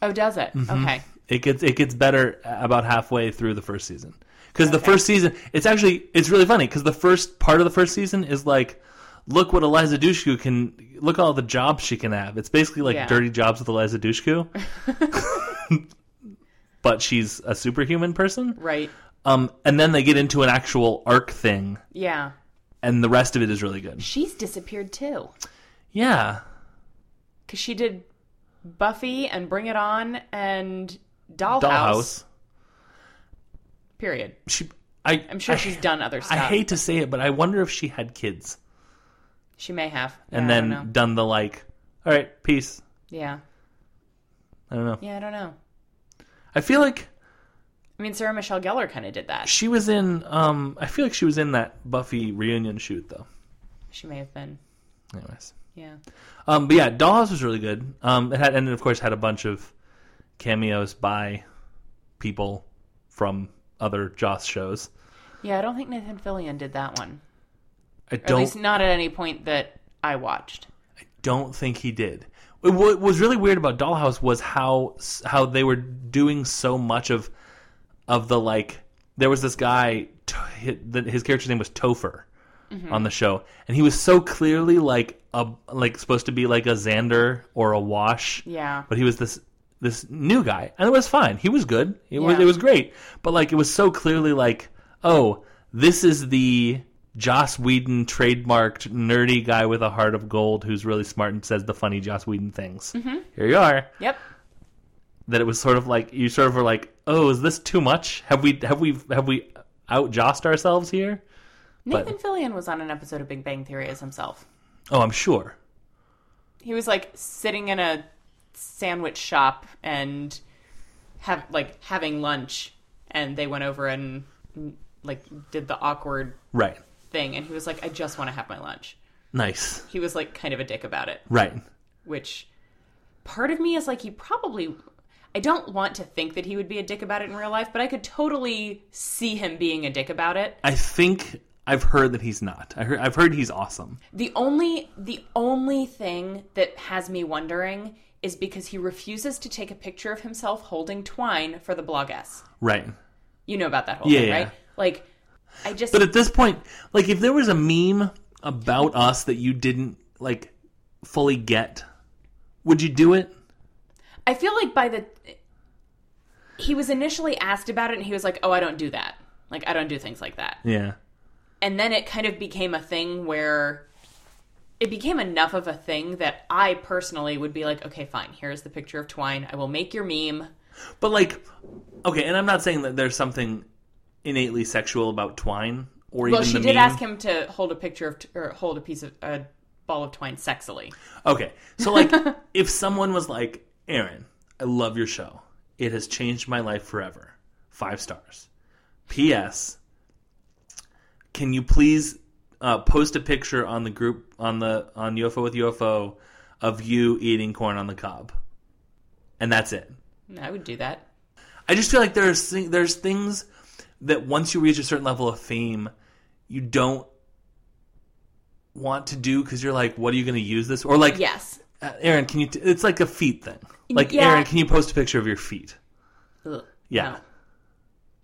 C: Oh, does it?
B: Mm-hmm.
C: Okay.
B: It gets it gets better about halfway through the first season because the first season it's actually it's really funny because the first part of the first season is like look what Eliza Dushku can look all the jobs she can have. It's basically like
C: Yeah.
B: dirty jobs with Eliza Dushku. But she's a superhuman person.
C: Right.
B: Um, and then they get into an actual arc thing,
C: Yeah.
B: and the rest of it is really good.
C: She's disappeared too.
B: Yeah.
C: Because she did Buffy and Bring It On and Dollhouse.
B: Dollhouse.
C: Period.
B: She, I,
C: I'm sure
B: I-
C: she's done other
B: I
C: stuff.
B: hate to say it, but I wonder if she had kids.
C: She may have.
B: and
C: Yeah, I don't
B: then
C: know.
B: done the like, all right, peace.
C: Yeah.
B: I don't know.
C: Yeah, I don't know.
B: I feel like
C: I mean, Sarah Michelle Gellar kind of did that.
B: she was in. Um, I feel like she was in that Buffy reunion shoot though.
C: She may have been.
B: Anyways,
C: Yeah.
B: um, but yeah, Dollhouse was really good. Um, it had and it, of course had a bunch of cameos by people from other Joss shows.
C: Yeah, I don't think Nathan Fillion did that one.
B: I
C: Or at
B: don't
C: least not at any point that I watched.
B: don't think he did. What was really weird about Dollhouse was how how they were doing so much of of the like. There was this guy, T- hi- the- his character's name was Topher on the show, and he was so clearly like a like supposed to be like a Xander or a Wash,
C: Yeah.
B: but he was this this new guy, and it was fine. He was good. It was
C: Yeah.
B: it was great, but like it was so clearly like, oh, this is the Joss Whedon trademarked nerdy guy with a heart of gold who's really smart and says the funny Joss Whedon things. Here you are.
C: Yep.
B: That it was sort of like you sort of were like, oh, is this too much? Have we have we have we out Jossed ourselves here? But-
C: Nathan Fillion was on an episode of Big Bang Theory as himself.
B: Oh, I'm sure.
C: He was like sitting in a sandwich shop and have like having lunch, and they went over and mm, like did the awkward
B: Right.
C: thing, and he was like, "I just want to have my lunch."
B: Nice.
C: He was like kind of a dick about it.
B: Right.
C: which part of me is like he probably I don't want to think that he would be a dick about it in real life, but I could totally see him being a dick about it.
B: I think I've heard that he's not. I heard, I've heard he's awesome.
C: The only the only thing that has me wondering is because he refuses to take a picture of himself holding twine for the blog s.
B: Right.
C: You know about that whole
B: Yeah,
C: thing,
B: yeah.
C: right? Like I just
B: But at this point, like if there was a meme about us that you didn't like fully get, would you do it?
C: I feel like by the he was initially asked about it and he was like, "Oh, I don't do that. Like I don't do things like that."
B: Yeah.
C: and then it kind of became a thing where it became enough of a thing that I personally would be like, okay, fine, here's the picture of Twine. I will make your meme.
B: But like okay, and I'm not saying that there's something innately sexual about twine or
C: Well,
B: even
C: she
B: the
C: did
B: meme.
C: ask him to hold a picture of, t- or hold a piece of, a ball of twine sexily.
B: Okay. So like if someone was like, "Aaron, I love your show. It has changed my life forever. 5 stars." PS Can you please uh, post a picture on the group on the on UFO with UFO of you eating corn on the cob? And that's it.
C: I would do that.
B: I just feel like there's thi- there's things that once you reach a certain level of fame, you don't want to do because you're like, what are you going to use this or like?
C: Yes.
B: uh, Aaron, can you? T-? It's like a feet thing. Like
C: Yeah.
B: Aaron, can you post a picture of your feet?
C: Ugh,
B: Yeah.
C: No.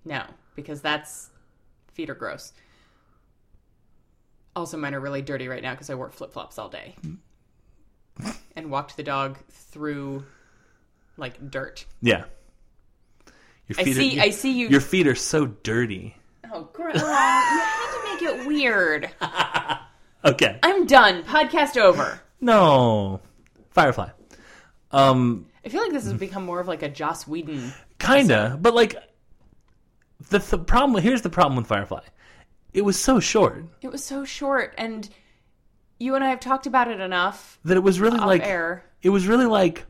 C: No, because that's feet are gross. Also, mine are really dirty right now because I wore flip flops all day
B: Mm.
C: and walked the dog through like dirt.
B: Yeah. Your
C: I see.
B: Are,
C: I see you.
B: Your feet are so dirty.
C: oh, gross! you had to make it weird.
B: Okay.
C: I'm done. Podcast over.
B: No. Firefly. Um.
C: I feel like this has become more of like a Joss Whedon.
B: Kinda, but like the, the problem. Here's the problem with Firefly. It was so short
C: It was so short, and you and I have talked about it enough
B: that it was really
C: off
B: like
C: air.
B: it was really like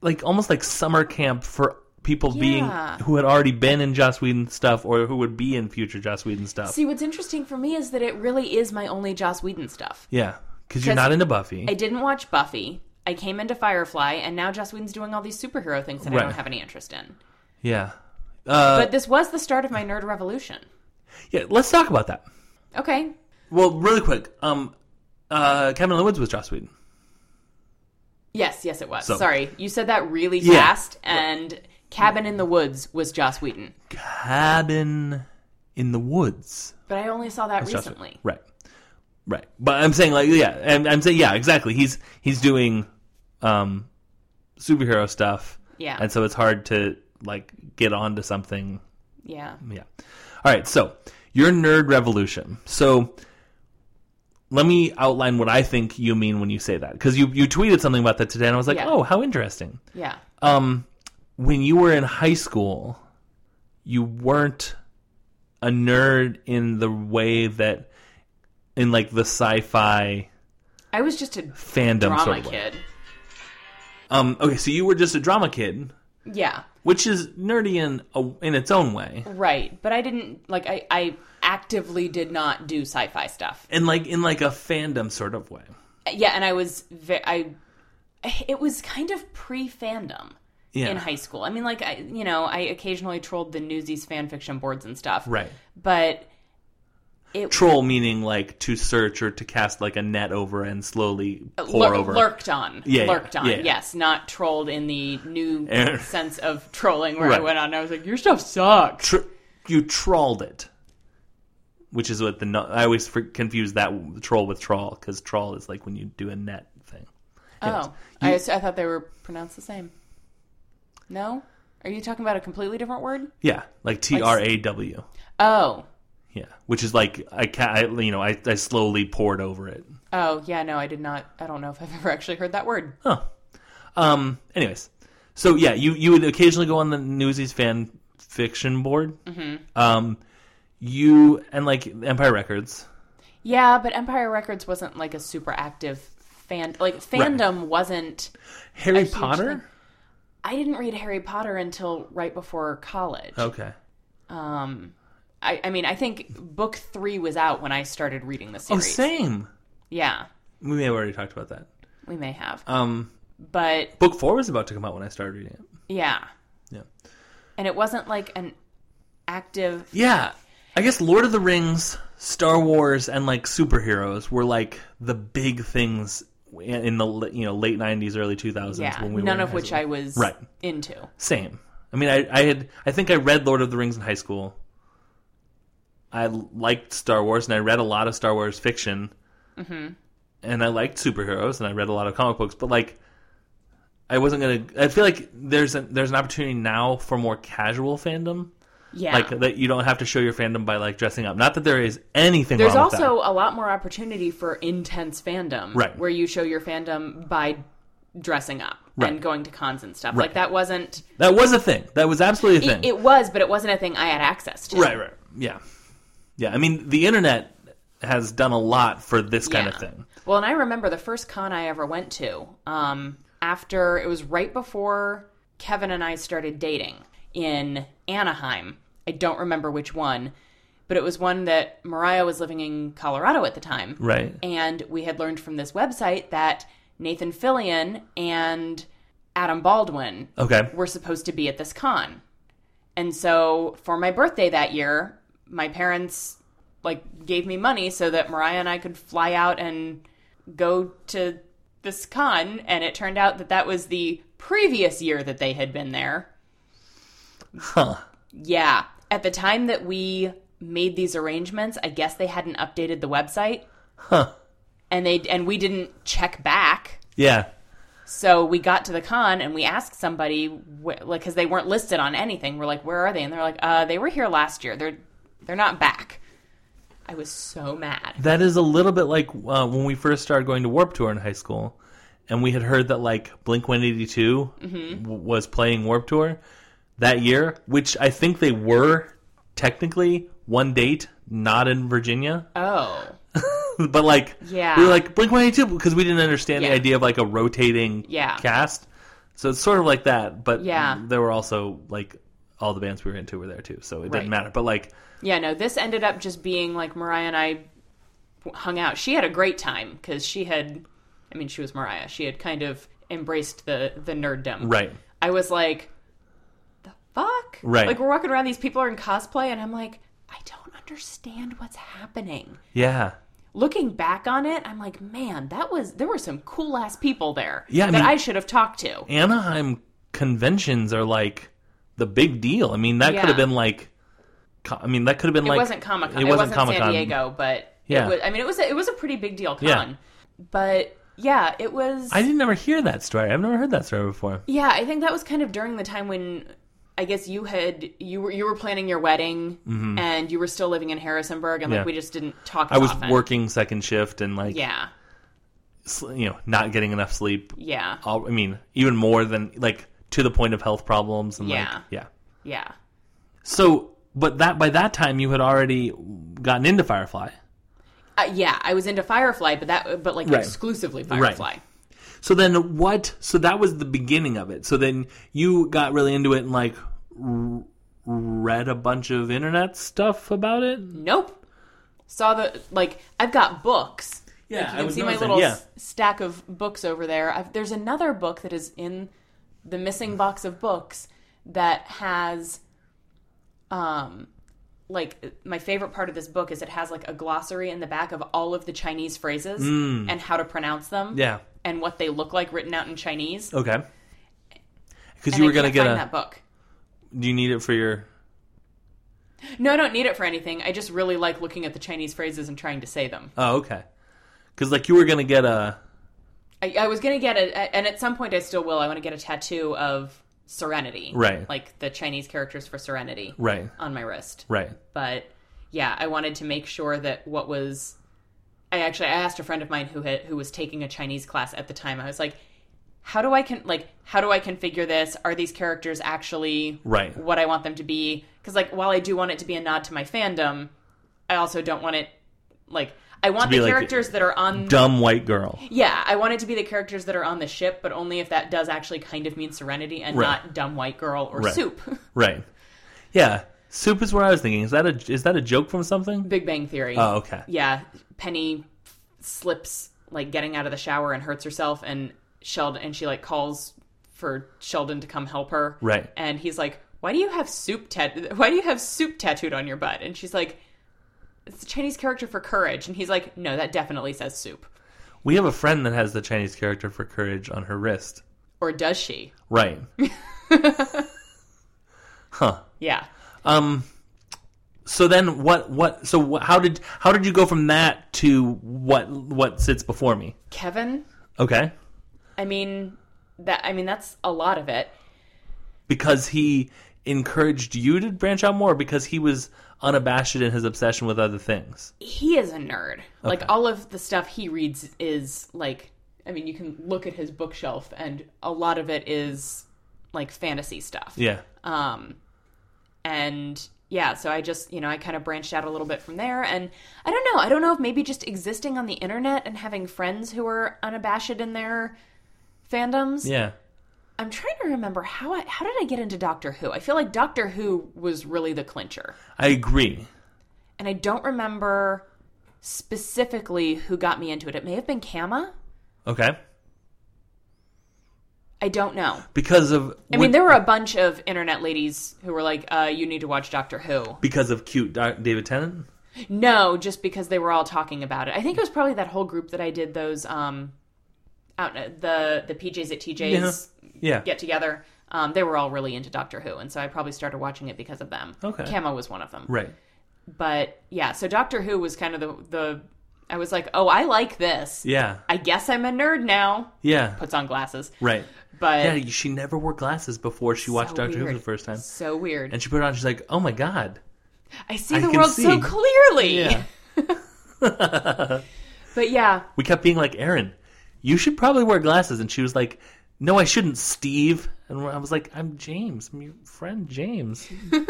B: like almost like summer camp for people
C: Yeah.
B: being who had already been in Joss Whedon stuff or who would be in future Joss Whedon stuff.
C: See, what's interesting for me is that it really is my only Joss Whedon stuff.
B: yeah, because you're
C: 'Cause
B: not into Buffy.
C: I didn't watch Buffy. I came into Firefly, and now Joss Whedon's doing all these superhero things that I don't
B: Right.
C: have any interest in.
B: yeah, uh,
C: But this was the start of my nerd revolution.
B: yeah. Let's talk about that.
C: Okay.
B: Well, really quick. Um, uh, Cabin in the Woods was Joss Whedon.
C: Yes, yes, it was.
B: So-
C: Sorry, you said that really
B: Yeah.
C: fast. And Cabin in the Woods was Joss Whedon,
B: Cabin in the Woods.
C: but I only saw that
B: Joss Whedon.
C: recently.
B: Right. Right. But I'm saying like yeah, and I'm saying yeah, exactly. He's he's doing um superhero stuff.
C: Yeah.
B: And so it's hard to like get onto something.
C: Yeah.
B: Yeah. All right, so your nerd revolution. So let me outline what I think you mean when you say that cuz you you tweeted something about that today and I was like,
C: Yeah.
B: "Oh, how interesting."
C: Yeah.
B: um, when you were in high school, you weren't a nerd in the way that in like the sci-fi
C: I was just a
B: fandom sort
C: drama
B: of way.
C: kid.
B: Um, okay, so you were just a drama kid,
C: Yeah.
B: which is nerdy in a, in its own way,
C: Right. But I didn't like I, I actively did not do sci-fi stuff.
B: and like in like a fandom sort of way.
C: Yeah, and I was ve- I it was kind of pre-fandom
B: Yeah,
C: in high school. I mean like I you know, I occasionally trolled the Newsies fan fiction boards and stuff.
B: right.
C: But it
B: Troll meaning like to search or to cast like a net over and slowly pour
C: lur-
B: over.
C: lurked on.
B: Yeah, yeah,
C: lurked on.
B: yeah, yeah.
C: Yes, not trolled in the new
B: Aaron-
C: sense of trolling where I
B: Right.
C: went on and I was like your stuff sucks.
B: tr- you trawled it, which is what the no- I always for- confuse that troll with trawl because trawl is like when you do a net thing.
C: Oh, I, ass- I thought they were pronounced the same. No? Are you talking about a completely different word?
B: Yeah, like T R A W.
C: Oh.
B: Yeah, which is like I, ca- I you know I, I slowly poured over it.
C: Oh, yeah, no, I did not. I don't know if I've ever actually heard that word.
B: Um. Anyways, so yeah, you you would occasionally go on the Newsies fan fiction board. Um, you and like Empire Records.
C: Yeah, but Empire Records wasn't like a super active fan. Like, fandom wasn't.
B: Harry
C: huge
B: Potter.
C: I didn't read Harry Potter until right before college.
B: Okay.
C: Um, I, I mean, I think book three was out when I started reading the
B: Oh,
C: series.
B: same.
C: Yeah,
B: We may have already talked about that.
C: we may have.
B: Um,
C: But
B: book four was about to come out when I started reading it.
C: yeah.
B: Yeah.
C: And it wasn't like an active
B: Yeah. I guess Lord of the Rings, Star Wars, and like superheroes were like the big things in the you know late '90s, early 2000s.
C: Yeah,
B: when we
C: none
B: were in
C: of
B: high
C: which
B: school.
C: I was
B: Right.
C: into.
B: same. I mean, I, I had I think I read Lord of the Rings in high school. I liked Star Wars, and I read a lot of Star Wars fiction. Mm-hmm. And I liked superheroes, and I read a lot of comic books. But like, I wasn't gonna. I feel like there's an there's an opportunity now for more casual fandom.
C: Yeah.
B: like that you don't have to show your fandom by like dressing up. Not that there is anything
C: there's
B: wrong with
C: also a lot more opportunity for intense fandom,
B: Right.
C: Where you show your fandom by dressing up
B: Right.
C: and going to cons and stuff. Like
B: Right.
C: that wasn't.
B: that. That was a thing. That was absolutely a thing.
C: It, it was, but it wasn't a thing I had access to.
B: right, right. Yeah. Yeah, I mean the internet has done a lot for this kind of
C: Yeah.
B: thing.
C: Well, and I remember the first con I ever went to. Um, after it was right before Kevin and I started dating in Anaheim. I don't remember which one, but it was one that Mariah was living in Colorado at the time.
B: Right.
C: And we had learned from this website that Nathan Fillion and Adam Baldwin
B: Okay.
C: were supposed to be at this con. And so for my birthday that year, my parents like gave me money so that Mariah and I could fly out and go to this con and it turned out that that was the previous year that they had been there.
B: Huh.
C: Yeah, at the time that we made these arrangements, I guess they hadn't updated the website
B: Huh.
C: and they and we didn't check back.
B: Yeah.
C: So we got to the con and we asked somebody, wh- like, because they weren't listed on anything. We're like, "Where are they?" And they're like, "Uh, they were here last year. They're they're not back." I was so mad.
B: That is a little bit like uh, when we first started going to Warp Tour in high school, and we had heard that like Blink 182
C: Mm-hmm.
B: w- was playing Warp Tour that year, which I think they were technically one date, not in Virginia,
C: Oh,
B: but like
C: Yeah.
B: we were like Blink 182 because we didn't understand
C: Yeah.
B: the idea of like a rotating
C: Yeah.
B: cast. So it's sort of like that, but
C: Yeah.
B: there were also like all the bands we were into were there too, so it
C: Right.
B: didn't matter. But like
C: yeah, no. This ended up just being like Mariah and I w- hung out. She had a great time because she had, I mean, she was Mariah. She had kind of embraced the the nerddom.
B: right,
C: I was like, the fuck?
B: Right.
C: Like we're walking around, these people are in cosplay, and I'm like, I don't understand what's happening.
B: yeah,
C: looking back on it, I'm like, man, that was there were some cool ass people there
B: Yeah, I
C: that
B: mean-
C: I should have talked to.
B: Anaheim conventions are like the big deal. I mean, that
C: Yeah.
B: could have been like, co- I mean, that could have been
C: It
B: like
C: wasn't Comic Con.
B: It wasn't Comic
C: San
B: Con.
C: Diego, but
B: Yeah.
C: it was, I mean, it was a, it was a pretty big deal con.
B: Yeah.
C: But yeah, it was.
B: I didn't ever hear that story. I've never heard that story before.
C: yeah, I think that was kind of during the time when I guess you had you were you were planning your wedding and you were still living in Harrisonburg, and like
B: Mm-hmm. Yeah.
C: we just didn't talk.
B: I
C: As
B: was
C: often.
B: working second shift and like,
C: Yeah,
B: sl- you know, not getting enough sleep.
C: yeah,
B: All, I mean, even more than like to the point of health problems and
C: Yeah.
B: like, yeah.
C: yeah.
B: So, but that by that time you had already gotten into Firefly.
C: Uh, yeah, I was into Firefly, but that, but like
B: Right.
C: exclusively Firefly.
B: So then what? So that was the beginning of it. So then you got really into it and like r- read a bunch of internet stuff about it.
C: Nope. Saw the like I've got books.
B: Yeah,
C: You can see my little s- stack of books over there. I've, there's another book that is in the missing box of books that has, um, like my favorite part of this book is it has like a glossary in the back of all of the Chinese phrases and how to pronounce them.
B: Mm. Yeah.
C: And what they look like written out in Chinese.
B: Okay. Because
C: And
B: you
C: I
B: were gonna
C: can't
B: get
C: find
B: a.
C: that book.
B: Do you need it for your?
C: No, I don't need it for anything. I just really like looking at the Chinese phrases and trying to say them.
B: Oh, okay. Because like you were gonna get a.
C: I, I was gonna get a, and at some point I still will. I want to get a tattoo of Serenity,
B: Right.
C: Like the Chinese characters for Serenity,
B: Right.
C: on my wrist.
B: Right.
C: But yeah, I wanted to make sure that what was, I actually I asked a friend of mine who had who was taking a Chinese class at the time. I was like, how do I can like how do I configure this? Are these characters actually
B: Right.
C: what I want them to be? Because like while I do want it to be a nod to my fandom, I also don't want it like I want
B: be
C: the
B: like-
C: characters that are on
B: Dumb white girl.
C: yeah, I want it to be the characters that are on the ship, but only if that does actually kind of mean serenity and
B: Right.
C: not dumb white girl or
B: Right.
C: soup.
B: Right. Yeah. Soup is where I was thinking. Is that a is that a joke from something?
C: Big Bang Theory.
B: Oh, okay.
C: Yeah, Penny slips like getting out of the shower and hurts herself, and Sheldon and she like calls for Sheldon to come help her.
B: Right.
C: and he's like, "Why do you have soup tat? Why do you have soup tattooed on your butt?" And she's like, "It's the Chinese character for courage," and he's like, "No, that definitely says soup."
B: We have a friend that has the Chinese character for courage on her wrist.
C: Or does she?
B: Right. huh.
C: Yeah.
B: Um. So then, what? What? So wh- how did how did you go from that to what what sits before me?
C: Kevin,
B: Okay.
C: I mean that I mean that's a lot of it.
B: Because he encouraged you to branch out more because he was unabashed in his obsession with other things.
C: He is a nerd. Like all of the stuff he reads is like I mean you can look at his bookshelf and a lot Um, of it is like fantasy stuff.
B: Yeah.
C: Um and yeah, so I just, you know, I kind of branched out a little bit from there. And I don't know. I don't know if maybe just existing on the internet and having friends who are unabashed in their fandoms.
B: Yeah.
C: I'm trying to remember how I, how did I get into Doctor Who? I feel like Doctor Who was really the clincher.
B: I agree.
C: And I don't remember specifically who got me into it. It may have been Kama.
B: Okay.
C: I don't know.
B: Because of
C: I mean, there were a bunch of internet ladies who were like, uh, "You need to watch Doctor Who."
B: because of cute Doc- David Tennant.
C: No, just because they were all talking about it. I think it was probably that whole group that I did those um out uh, the the PJs at TJ's
B: Yeah.
C: get together. Um, they were all really into Doctor Who, and so I probably started watching it because of them.
B: Okay.
C: Camo was one of them.
B: Right.
C: But yeah, so Doctor Who was kind of the the I was like, "Oh, I like this.
B: Yeah.
C: I guess I'm a nerd now."
B: Yeah.
C: Puts on glasses.
B: Right.
C: But
B: Yeah. She never wore glasses before she watched
C: So
B: Doctor Who for
C: weird.
B: the first time,
C: so weird.
B: and she put it on. She's like, "Oh my god."
C: I see
B: I
C: the
B: can
C: world so
B: see.
C: clearly. But yeah,
B: we kept being like, "Erin, you should probably wear glasses," and she was like, "No, I shouldn't, Steve." And I was like, "I'm James. I'm your friend, James.
C: no,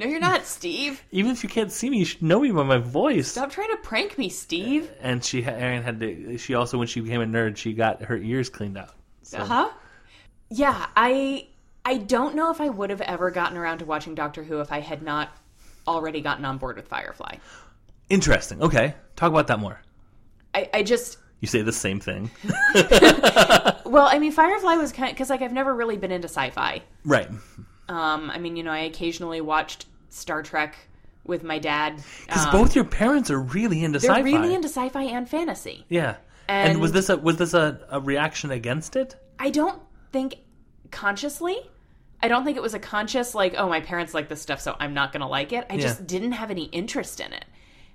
C: you're not, Steve.
B: Even if you can't see me, you should know me by my voice."
C: Stop trying to prank me, Steve.
B: And she, Erin had to. She also, when she became a nerd, she got her ears cleaned out. So,
C: Huh? Uh-huh. Yeah, I I don't know if I would have ever gotten around to watching Doctor Who if I had not already gotten on board with Firefly.
B: Interesting. Okay, talk about that more.
C: I, I just
B: You say the same thing,
C: well, I mean, Firefly was kind because like I've never really been into sci-fi.
B: right?
C: Um, I mean, you know, I occasionally watched Star Trek with my dad.
B: Because
C: Um,
B: both your parents are really into
C: they're
B: sci-fi.
C: really into sci-fi and fantasy.
B: yeah.
C: And-
B: and was this a was this a, a reaction against it?
C: I don't think consciously. I don't think it was a conscious like, oh, my parents like this stuff, so I'm not gonna like it. I
B: Yeah.
C: just didn't have any interest in it.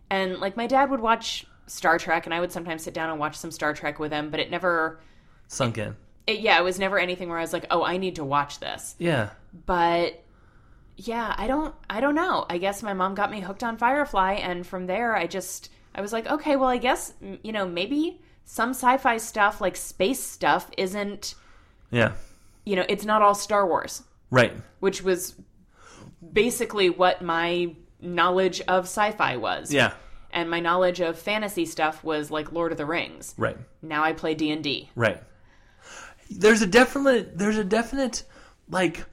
C: And like my dad would watch Star Trek, and I would sometimes sit down and watch some Star Trek with him, but it never,
B: Sunk in.
C: it, yeah, it was never anything where I was like, oh, I need to watch this.
B: Yeah.
C: But yeah, I don't, I don't know. I guess my mom got me hooked on Firefly, and from there, I just, I was like, okay, well, I guess m- you know maybe some sci-fi stuff like space stuff isn't
B: Yeah.
C: you know, it's not all Star Wars,
B: Right.
C: which was basically what my knowledge of sci-fi was.
B: Yeah.
C: And my knowledge of fantasy stuff was like Lord of the Rings.
B: Right.
C: Now I play D&D.
B: Right. There's a definite there's a definite like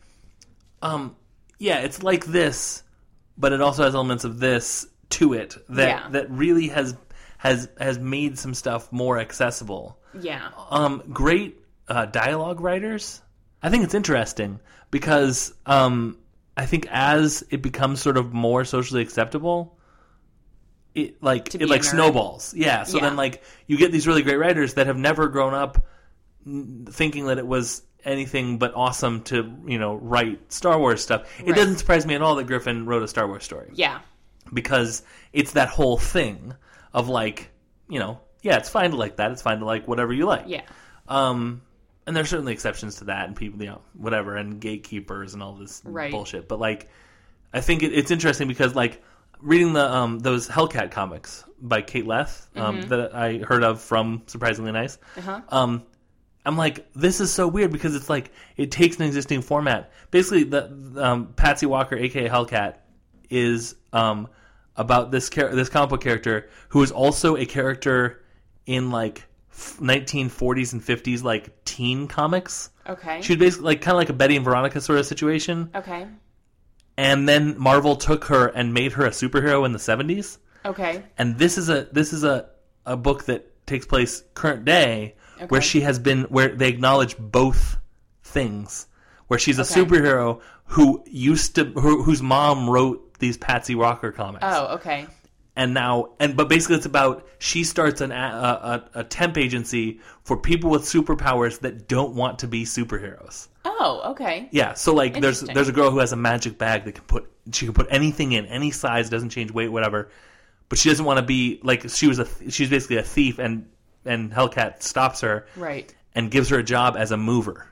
B: um yeah, it's like this, but it also has elements of this to it that
C: Yeah.
B: that really has has has made some stuff more accessible.
C: Yeah.
B: Um great uh dialogue writers. I think it's interesting because um I think as it becomes sort of more socially acceptable it like
C: be
B: it like
C: a nerd.
B: snowballs. Yeah. So
C: Yeah.
B: then like you get these really great writers that have never grown up thinking that it was anything but awesome to you know write Star Wars stuff. It
C: Right.
B: doesn't surprise me at all that Griffin wrote a Star Wars story
C: Yeah.
B: because it's that whole thing of like you know yeah it's fine to like that it's fine to like whatever you like
C: Yeah.
B: um and there's certainly exceptions to that and people you know whatever and gatekeepers and all this
C: Right.
B: bullshit but like I think it, it's interesting because like reading the um, those Hellcat comics by Kate Leth um, that I heard of from Surprisingly Nice. Um, I'm like, this is so weird because it's like it takes an existing format. Basically, the um, Patsy Walker, aka Hellcat, is um, about this char- this comic book character who is also a character in like f- 1940s and 50s like teen comics.
C: Okay.
B: She's basically like kind of like a Betty and Veronica sort of situation
C: Okay.
B: and then Marvel took her and made her a superhero in the 70s.
C: Okay.
B: And this is a this is a, a book that takes place current day where she has been where they acknowledge both things. Where she's a superhero who used to who, whose mom wrote these Patsy Rocker comics
C: Oh, okay.
B: and now and but basically it's about she starts an a, a, a temp agency for people with superpowers that don't want to be superheroes.
C: Oh, okay.
B: Yeah, so like there's
C: Interesting.
B: there's a girl who has a magic bag that can put she can put anything in any size, doesn't change weight, whatever. But she doesn't want to be like she was a th- she's basically a thief, and and Hellcat stops her
C: Right.
B: and gives her a job as a mover.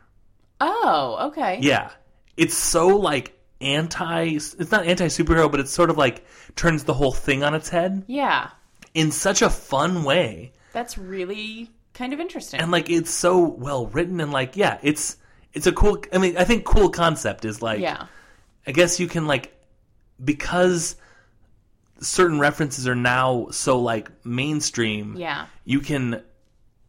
C: Oh, okay.
B: Yeah, it's so like anti it's not anti superhero, but it's sort of like turns the whole thing on its head
C: Yeah.
B: in such a fun way.
C: That's really kind of interesting.
B: and like it's so well written and like yeah it's it's a cool i mean i think cool concept is like
C: yeah.
B: i guess you can like because certain references are now so like mainstream.
C: Yeah.
B: you can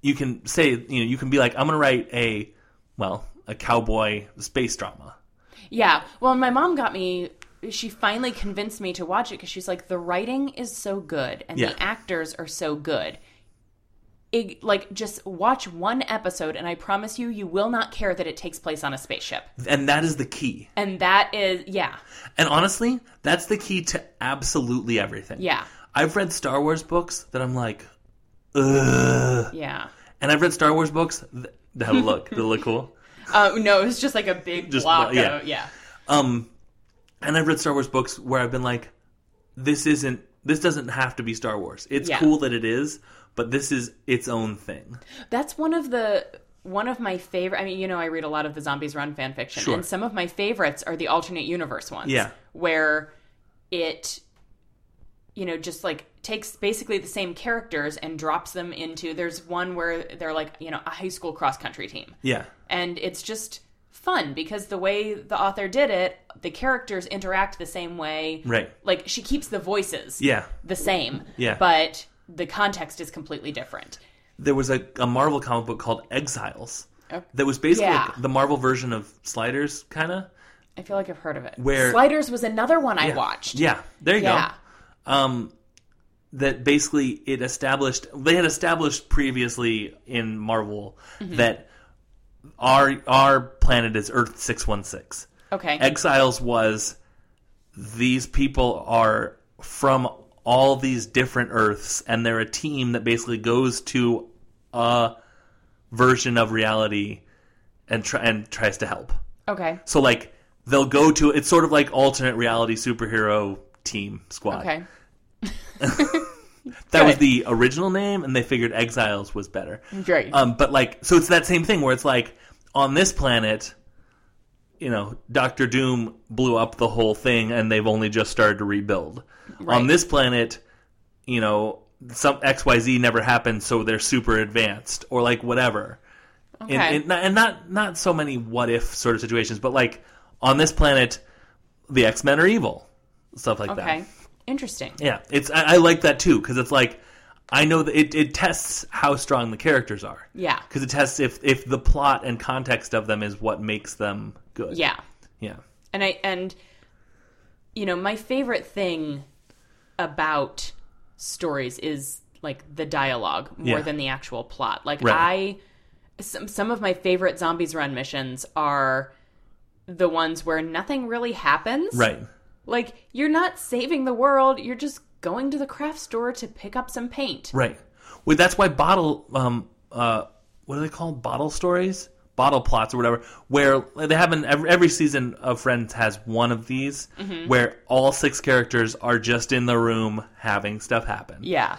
B: you can say you know you can be like I'm gonna write a well a cowboy space drama.
C: Yeah. Well, my mom got me. She finally convinced me to watch it because she's like, the writing is so good and
B: Yeah.
C: the actors are so good. Ig like, just watch one episode, and I promise you, you will not care that it takes place on a spaceship.
B: And that is the key.
C: And that is, yeah,
B: And honestly, that's the key to absolutely everything.
C: yeah,
B: I've read Star Wars books that I'm like, ugh.
C: yeah.
B: And I've read Star Wars books that, that look, that look cool.
C: Uh, no, it was just like a big
B: Just
C: block.
B: blo- yeah.
C: of, yeah.
B: Um, and I've read Star Wars books where I've been like, this isn't, this doesn't have to be Star Wars. It's
C: Yeah.
B: cool that it is, but this is its own thing.
C: That's one of the one of my favorite. I mean, you know, I read a lot of the Zombies Run fan fiction,
B: Sure.
C: and some of my favorites are the alternate universe ones.
B: Yeah.
C: where it, you know, just like takes basically the same characters and drops them into. There's one where they're like, you know, a high school cross country team,
B: Yeah.
C: and it's just fun because the way the author did it, the characters interact the same way.
B: Right.
C: Like she keeps the voices
B: Yeah.
C: the same.
B: Yeah.
C: But the context is completely different.
B: There was a, a Marvel comic book called Exiles
C: Oh.
B: that was basically
C: Yeah.
B: like the Marvel version of Sliders, kind of.
C: I feel like I've heard of it.
B: Where-
C: Sliders was another one I watched.
B: Yeah, there you
C: Yeah.
B: go. Um, that basically it established they had established previously in Marvel that our our planet is Earth six one six.
C: Okay.
B: Exiles was these people are from all these different Earths, and they're a team that basically goes to a version of reality and try, and tries to help.
C: okay.
B: So like they'll go to it's sort of like alternate reality superhero team squad.
C: Okay.
B: That was
C: Good.
B: the original name and they figured Exiles was better.
C: Great.
B: Um but like so it's that same thing where it's like on this planet you know, Doctor Doom blew up the whole thing and they've only just started to rebuild. On
C: Right.
B: this planet, you know, some XYZ never happened so they're super advanced or like whatever.
C: okay.
B: in, in, not- and not not so many what if sort of situations, but like on this planet, the X Men are evil, stuff like
C: okay.
B: that.
C: Interesting.
B: Yeah, it's I, I like that too because it's like I know that it, it tests how strong the characters are.
C: Yeah.
B: because it tests if if the plot and context of them is what makes them good.
C: Yeah.
B: yeah,
C: And I and you know, my favorite thing about stories is like the dialogue more
B: Yeah.
C: than the actual plot. Like
B: Right.
C: I some some of my favorite zombies run missions are the ones where nothing really happens.
B: right.
C: Like you're not saving the world, you're just going to the craft store to pick up some paint.
B: Right. Well, that's why bottle, um, uh, what are they called? Bottle stories, bottle plots, or whatever. Where they have an every, every season of Friends has one of these,
C: Mm-hmm.
B: where all six characters are just in the room having stuff happen,
C: Yeah.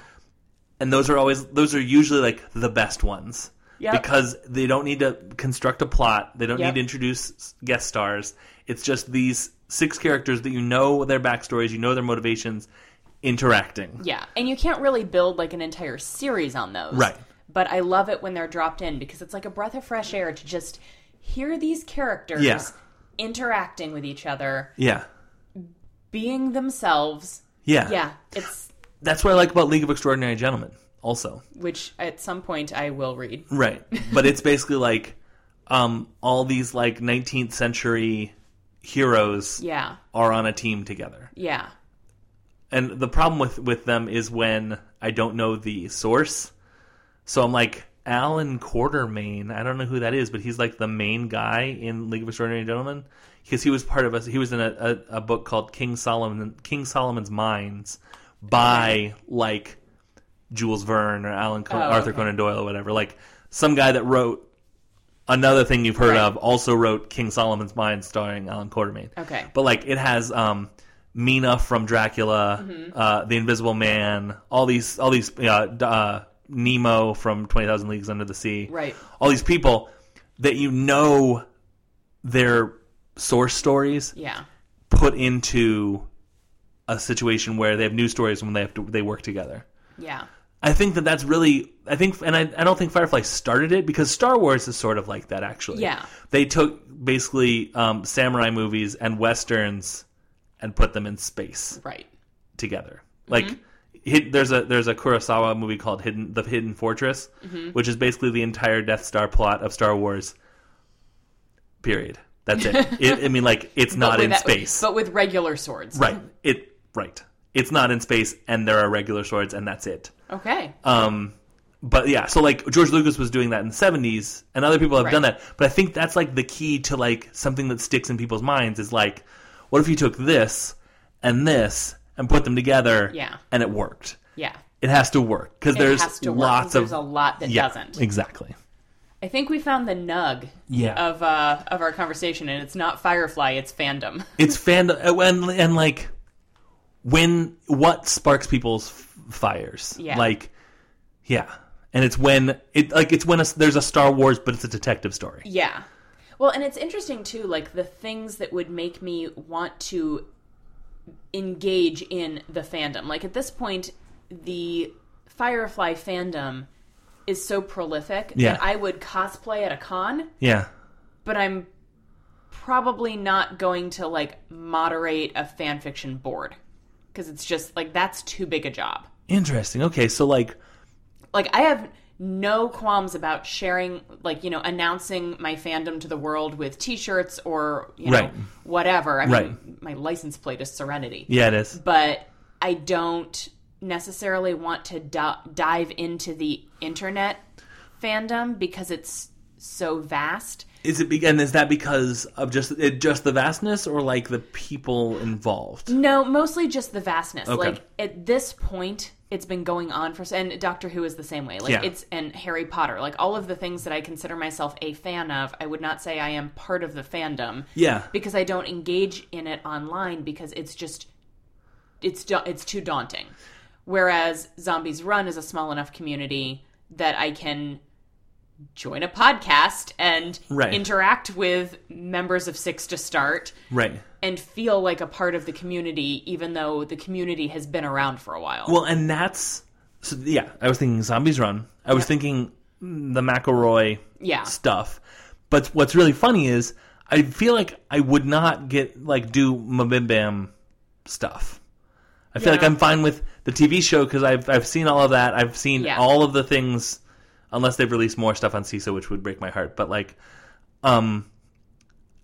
B: and those are always those are usually like the best ones.
C: Yep.
B: Because they don't need to construct a plot. They don't
C: Yep.
B: need to introduce s- guest stars. It's just these six characters that you know their backstories, you know their motivations, interacting.
C: Yeah, and you can't really build like an entire series on those.
B: Right.
C: But I love it when they're dropped in because it's like a breath of fresh air to just hear these characters
B: Yeah.
C: interacting with each other,
B: Yeah.
C: being themselves.
B: Yeah.
C: Yeah, it's
B: That's what I like about League of Extraordinary Gentlemen, also.
C: which at some point I will read.
B: Right. But it's basically like um, all these like 19th century heroes
C: Yeah.
B: are on a team together.
C: Yeah.
B: And the problem with, with them is when I don't know the source. So I'm like, Alan Quartermain, I don't know who that is, but he's like the main guy in League of Extraordinary Gentlemen. Because he was part of us, he was in a, a, a book called King Solomon, King Solomon's Mines by like Jules Verne or Alan Con-
C: Oh,
B: Arthur
C: okay.
B: Conan Doyle or whatever. Like some guy that wrote another thing you've heard
C: Right.
B: of also wrote King Solomon's Mines starring Alan Quartermain.
C: Okay.
B: But like it has um, Mina from Dracula, uh, the Invisible Man, all these all these uh, d- uh, Nemo from Twenty Thousand Leagues Under the Sea,
C: Right.
B: All these people that you know their source stories
C: Yeah.
B: put into a situation where they have new stories when they have to they work together.
C: Yeah.
B: I think that that's really I think and I, I don't think Firefly started it because Star Wars is sort of like that actually.
C: Yeah.
B: They took basically um, samurai movies and westerns and put them in space
C: Right.
B: together.
C: Mm-hmm.
B: Like hid, there's a there's a Kurosawa movie called Hidden the Hidden Fortress,
C: Mm-hmm.
B: which is basically the entire Death Star plot of Star Wars. Period. That's it. it I mean, like it's not
C: with
B: in
C: that-
B: space,
C: But with regular swords.
B: right? It right. It's not in space, and there are regular swords, and that's it.
C: Okay.
B: Um, but yeah, so like George Lucas was doing that in the seventies, and other people have
C: Right.
B: done that. But I think that's like the key to like something that sticks in people's minds is like, what if you took this and this and put them together?
C: Yeah.
B: and it worked.
C: yeah.
B: It has to work because
C: It
B: there's
C: has to work.
B: lots
C: There's
B: of
C: a lot that
B: yeah,
C: doesn't.
B: exactly.
C: I think we found the nug
B: Yeah.
C: of uh, of our conversation, and it's not Firefly, it's fandom.
B: It's fandom and and like when what sparks people's f- fires
C: Yeah.
B: like yeah and it's when it like it's when a, there's a star wars but it's a detective story
C: Yeah. Well, and it's interesting too, like the things that would make me want to engage in the fandom. Like at this point, the Firefly fandom is so prolific
B: Yeah.
C: that I would cosplay at a con,
B: yeah
C: but I'm probably not going to like moderate a fan fiction board because it's just like that's too big a job.
B: Interesting. Okay, so like,
C: like I have no qualms about sharing like you know announcing my fandom to the world with t-shirts or you know
B: Right.
C: whatever i mean
B: Right.
C: my license plate is serenity
B: yeah, it is.
C: but i don't necessarily want to di- dive into the internet fandom because it's so vast
B: Is it be- and is that because of just it, just the vastness or like the people involved?
C: no mostly just the vastness
B: Okay.
C: like at this point it's been going on for and doctor who is the same way like
B: Yeah.
C: it's and harry potter like all of the things that i consider myself a fan of i would not say i am part of the fandom
B: Yeah.
C: because i don't engage in it online because it's just it's da- it's too daunting whereas zombies run is a small enough community that i can join a podcast and
B: Right.
C: interact with members of six to start
B: Right.
C: and feel like a part of the community, even though the community has been around for a while.
B: Well, and that's so yeah, I was thinking Zombies Run. I was thinking the McElroy
C: yeah,
B: stuff. But what's really funny is I feel like I would not get like do Mabim Bam stuff. I feel like
C: Yeah.
B: I'm fine with the TV show because I've I've seen all of that. I've seen
C: Yeah.
B: all of the things, unless they've released more stuff on CISO, which would break my heart. But like, um,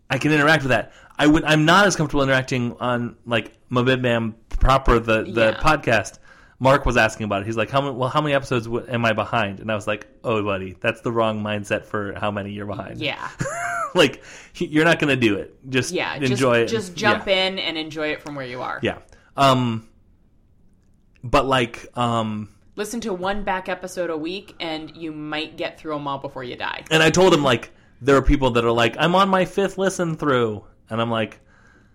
B: I can interact with that. I would. I'm not as comfortable interacting on like Mabim Bam proper the the
C: Yeah.
B: podcast. Mark was asking about it. He's like, "How many? Well, how many episodes w- am I behind?" And I was like, "Oh, buddy, that's the wrong mindset for how many you're behind.
C: yeah,
B: like he- you're not gonna do it. Just
C: yeah.
B: enjoy
C: just,
B: it.
C: Just jump
B: yeah.
C: in and enjoy it from where you are.
B: Yeah. Um, but like, um,
C: Listen to one back episode a week, and you might get through them all before you die.
B: and I told him like there are people that are like, "I'm on my fifth listen through," and I'm like,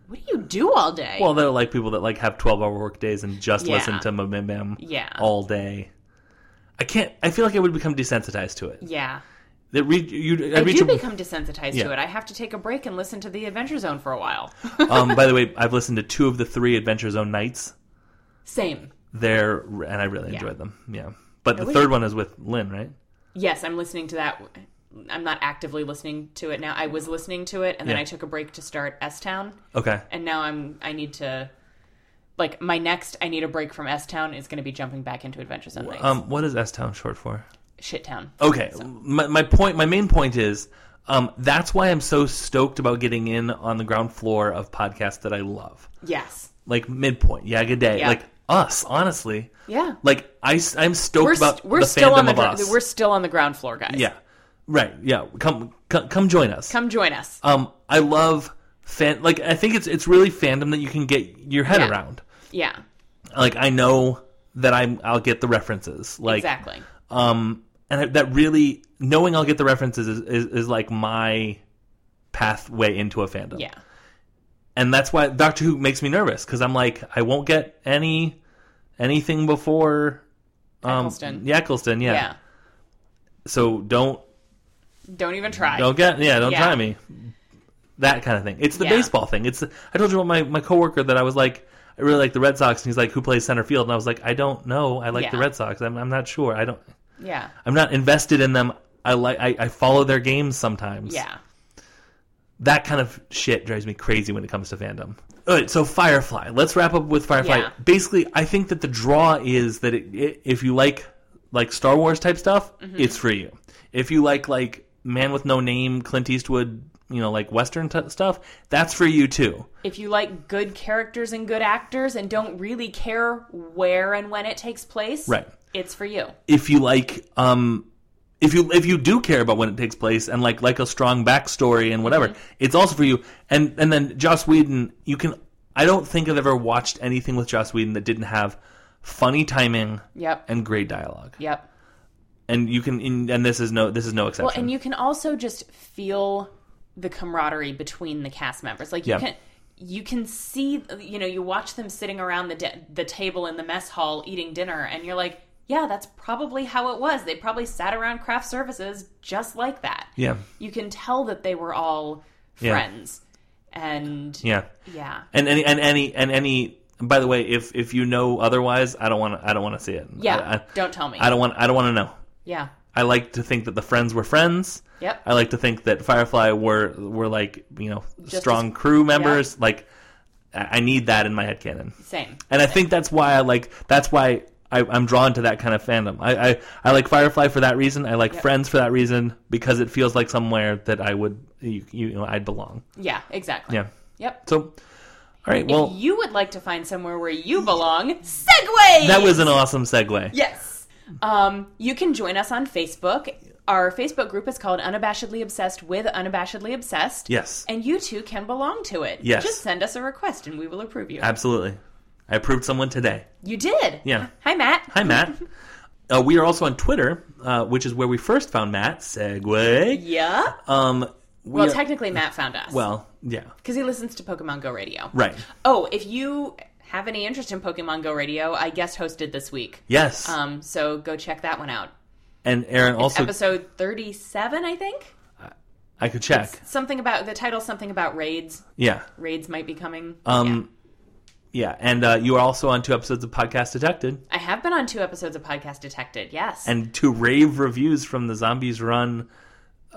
C: What do you do all day?
B: "Well, there are like people that like have 12 hour work days and just
C: Yeah.
B: listen to Mabim Bam
C: Yeah.
B: all day." I can't. I feel like I would become desensitized to it.
C: yeah,
B: That read you.
C: I
B: reach
C: do
B: a-
C: become desensitized
B: Yeah.
C: to it. I have to take a break and listen to the Adventure Zone for a while.
B: um, by the way, I've listened to two of the three Adventure Zone nights.
C: Same.
B: They're and I really
C: Yeah.
B: enjoyed them. Yeah, but the
C: we-
B: third one is with Lynn, right?
C: Yes, I'm listening to that. I'm not actively listening to it now. I was listening to it, and then
B: Yeah.
C: I took a break to start S Town.
B: Okay.
C: and now I'm I need to like my next I need a break from S Town is going to be jumping back into Adventure Zone Nights.
B: Um, what is S Town short for?
C: Shit Town.
B: Okay, my, my point, my main point is, um, that's why I'm so stoked about getting in on the ground floor of podcasts that I love,
C: Yes.
B: like Midpoint, Yaga Day,
C: Yeah.
B: like us. Honestly,
C: Yeah.
B: like I, am stoked
C: We're
B: about
C: st- we're
B: the
C: still
B: fandom
C: on the
B: of
C: gr-
B: us.
C: we're still on the ground floor, guys.
B: yeah, right. Yeah, come, come, come join us.
C: Come join us.
B: Um, I love fan. Like I think it's it's really fandom that you can get your head
C: Yeah.
B: around.
C: Yeah.
B: Like I know that I'm I'll get the references. Like
C: exactly.
B: um, and I- that really knowing I'll get the references is, is, is like my pathway into a fandom.
C: Yeah.
B: and that's why Doctor Who makes me nervous because I'm like I won't get any anything before um,
C: Eccleston.
B: Yeah, Eccleston. Yeah.
C: Yeah.
B: So don't
C: Don't even try.
B: don't get yeah don't
C: Yeah.
B: try me that kind of thing. It's the
C: Yeah.
B: baseball thing. It's I told you about my my coworker that I was like. I really like the Red Sox, and he's like, "Who plays center field?" And I was like, "I don't know. I like the
C: Yeah.
B: Red Sox. I'm, I'm not sure. I don't.
C: Yeah.
B: I'm not invested in them. I like I, I follow their games sometimes.
C: Yeah.
B: that kind of shit drives me crazy when it comes to fandom. All right, so Firefly. Let's wrap up with Firefly.
C: Yeah.
B: Basically, I think that the draw is that it, it, if you like like Star Wars type stuff, it's for you. If you like like Man with No Name, Clint Eastwood, you know, like Western t- stuff, that's for you too.
C: If you like good characters and good actors and don't really care where and when it takes place,
B: Right.
C: It's for you.
B: if you like um if you if you do care about when it takes place and like like a strong backstory and whatever,
C: Mm-hmm.
B: it's also for you. And and then Joss Whedon, you can I don't think I've ever watched anything with Joss Whedon that didn't have funny timing
C: Yep.
B: and great dialogue.
C: Yep.
B: And you can in, and this is no this is no exception.
C: Well, and you can also just feel the camaraderie between the cast members. Like you
B: Yeah.
C: can you can see you know you watch them sitting around the de- the table in the mess hall eating dinner and you're like, yeah, that's probably how it was. They probably sat around craft services just like that.
B: yeah.
C: You can tell that they were all
B: Yeah.
C: friends. And yeah.
B: Yeah. And any and any and any by the way, if if you know otherwise, I don't want to I don't want to see it.
C: Yeah,
B: I, I,
C: don't tell me.
B: I don't want I don't want to know.
C: yeah.
B: I like to think that the friends were friends.
C: Yep.
B: I like to think that Firefly were were like you know
C: Just
B: strong
C: as-
B: crew members. Like I I need that in my head canon,
C: Same.
B: and I think that's why I like that's why I, I'm drawn to that kind of fandom. I, I I like Firefly for that reason. I like Friends for that reason because it feels like somewhere that I would you you know I'd belong.
C: Yeah, exactly.
B: Yeah.
C: Yep.
B: So all right, well
C: if you would like to find somewhere where you belong, segue.
B: that was an awesome segue.
C: Yes. Um, you can join us on Facebook. Our Facebook group is called Unabashedly Obsessed with Unabashedly Obsessed.
B: Yes,
C: And you too can belong to it.
B: Yes.
C: Just send us a request and we will approve you.
B: absolutely. I approved someone today.
C: you did.
B: Yeah.
C: Hi, Matt.
B: Hi, Matt. Uh, we are also on Twitter, uh, which is where we first found Matt. Segway.
C: Yeah.
B: Um, we
C: well,
B: are-
C: technically, Matt found us.
B: well, yeah,
C: because he listens to Pokemon Go Radio.
B: right.
C: Oh, if you have any interest in Pokemon Go Radio, I guest hosted this week.
B: Yes,
C: Um, so go check that one out.
B: and Aaron also.
C: Episode 37, I think.
B: I could check.
C: Something about the title, something about raids.
B: Yeah.
C: Raids might be coming.
B: Um, yeah. and uh, you are also on two episodes of Podcast Detected
C: I have been on two episodes of Podcast Detected, yes.
B: and two rave reviews from the Zombies Run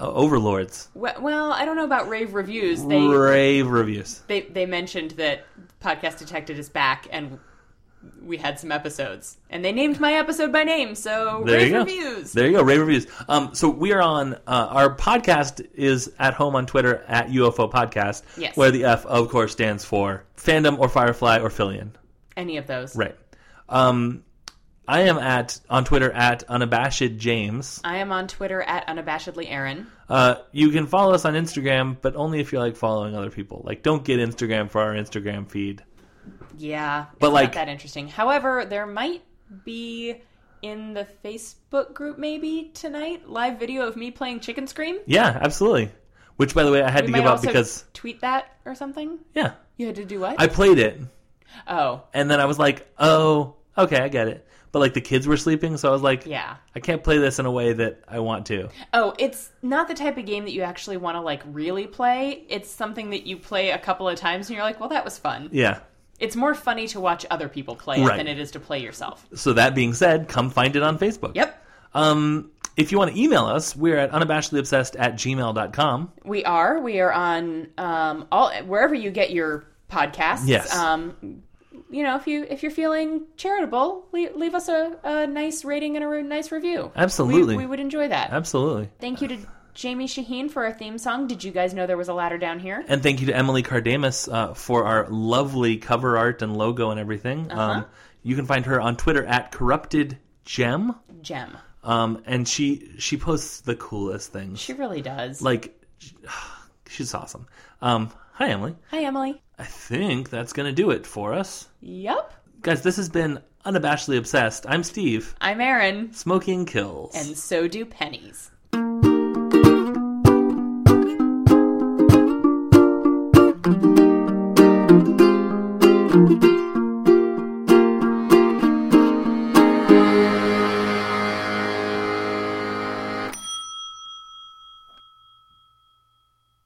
B: uh, Overlords.
C: We- well, I don't know about rave reviews. They,
B: rave reviews.
C: they they mentioned that Podcast Detected is back and we had some episodes. And they named my episode by name, so
B: There
C: rave
B: you go.
C: reviews.
B: There you go. Rave reviews. Um, so we are on uh, our podcast is at home on Twitter at UFO Podcast.
C: Yes.
B: Where the F of course stands for fandom or Firefly or Fillion.
C: Any of those.
B: Right. Um, I am at on Twitter at unabashed James.
C: I am on Twitter at unabashedly Aaron.
B: Uh, you can follow us on Instagram, but only if you like following other people. Like, don't get Instagram for our Instagram feed.
C: Yeah, it's
B: But,
C: not
B: like-
C: that interesting. However, there might be in the Facebook group maybe tonight live video of me playing Chicken Scream.
B: Yeah, absolutely. Which, by the way, I had
C: We
B: to
C: might
B: give up
C: also
B: because
C: tweet that or something.
B: yeah,
C: You had to do what?
B: I played it.
C: oh,
B: and then I was like, oh, okay, I get it. But like the kids were sleeping, so I was like,
C: yeah.
B: I can't play this in a way that I want to.
C: Oh, it's not the type of game that you actually want to like really play. It's something that you play a couple of times and you're like, "Well, that was fun."
B: Yeah.
C: It's more funny to watch other people play it
B: Right.
C: than it is to play yourself.
B: So that being said, come find it on Facebook.
C: Yep.
B: Um, if you want to email us, we're at unabashedlyobsessed at gmail.com.
C: We are. We are on um, all wherever you get your podcasts.
B: Yes.
C: Um, you know, if you if you're feeling charitable, leave, leave us a, a nice rating and a re- nice review.
B: Absolutely.
C: we, we would enjoy that.
B: Absolutely.
C: Thank you to Jamie Shaheen for our theme song. Did you guys know there was a ladder down here?
B: And thank you to Emily Cardamus uh, for our lovely cover art and logo and everything. Um, you can find her on Twitter at corrupted gem.
C: Gem.
B: Um, and she she posts the coolest things.
C: She really does.
B: like sh- she's awesome. Um, hi Emily.
C: Hi, Emily.
B: I think that's gonna do it for us,
C: Yep.
B: guys. This has been unabashedly obsessed. I'm Steve.
C: I'm Aaron,
B: Smoking kills.
C: and so do pennies.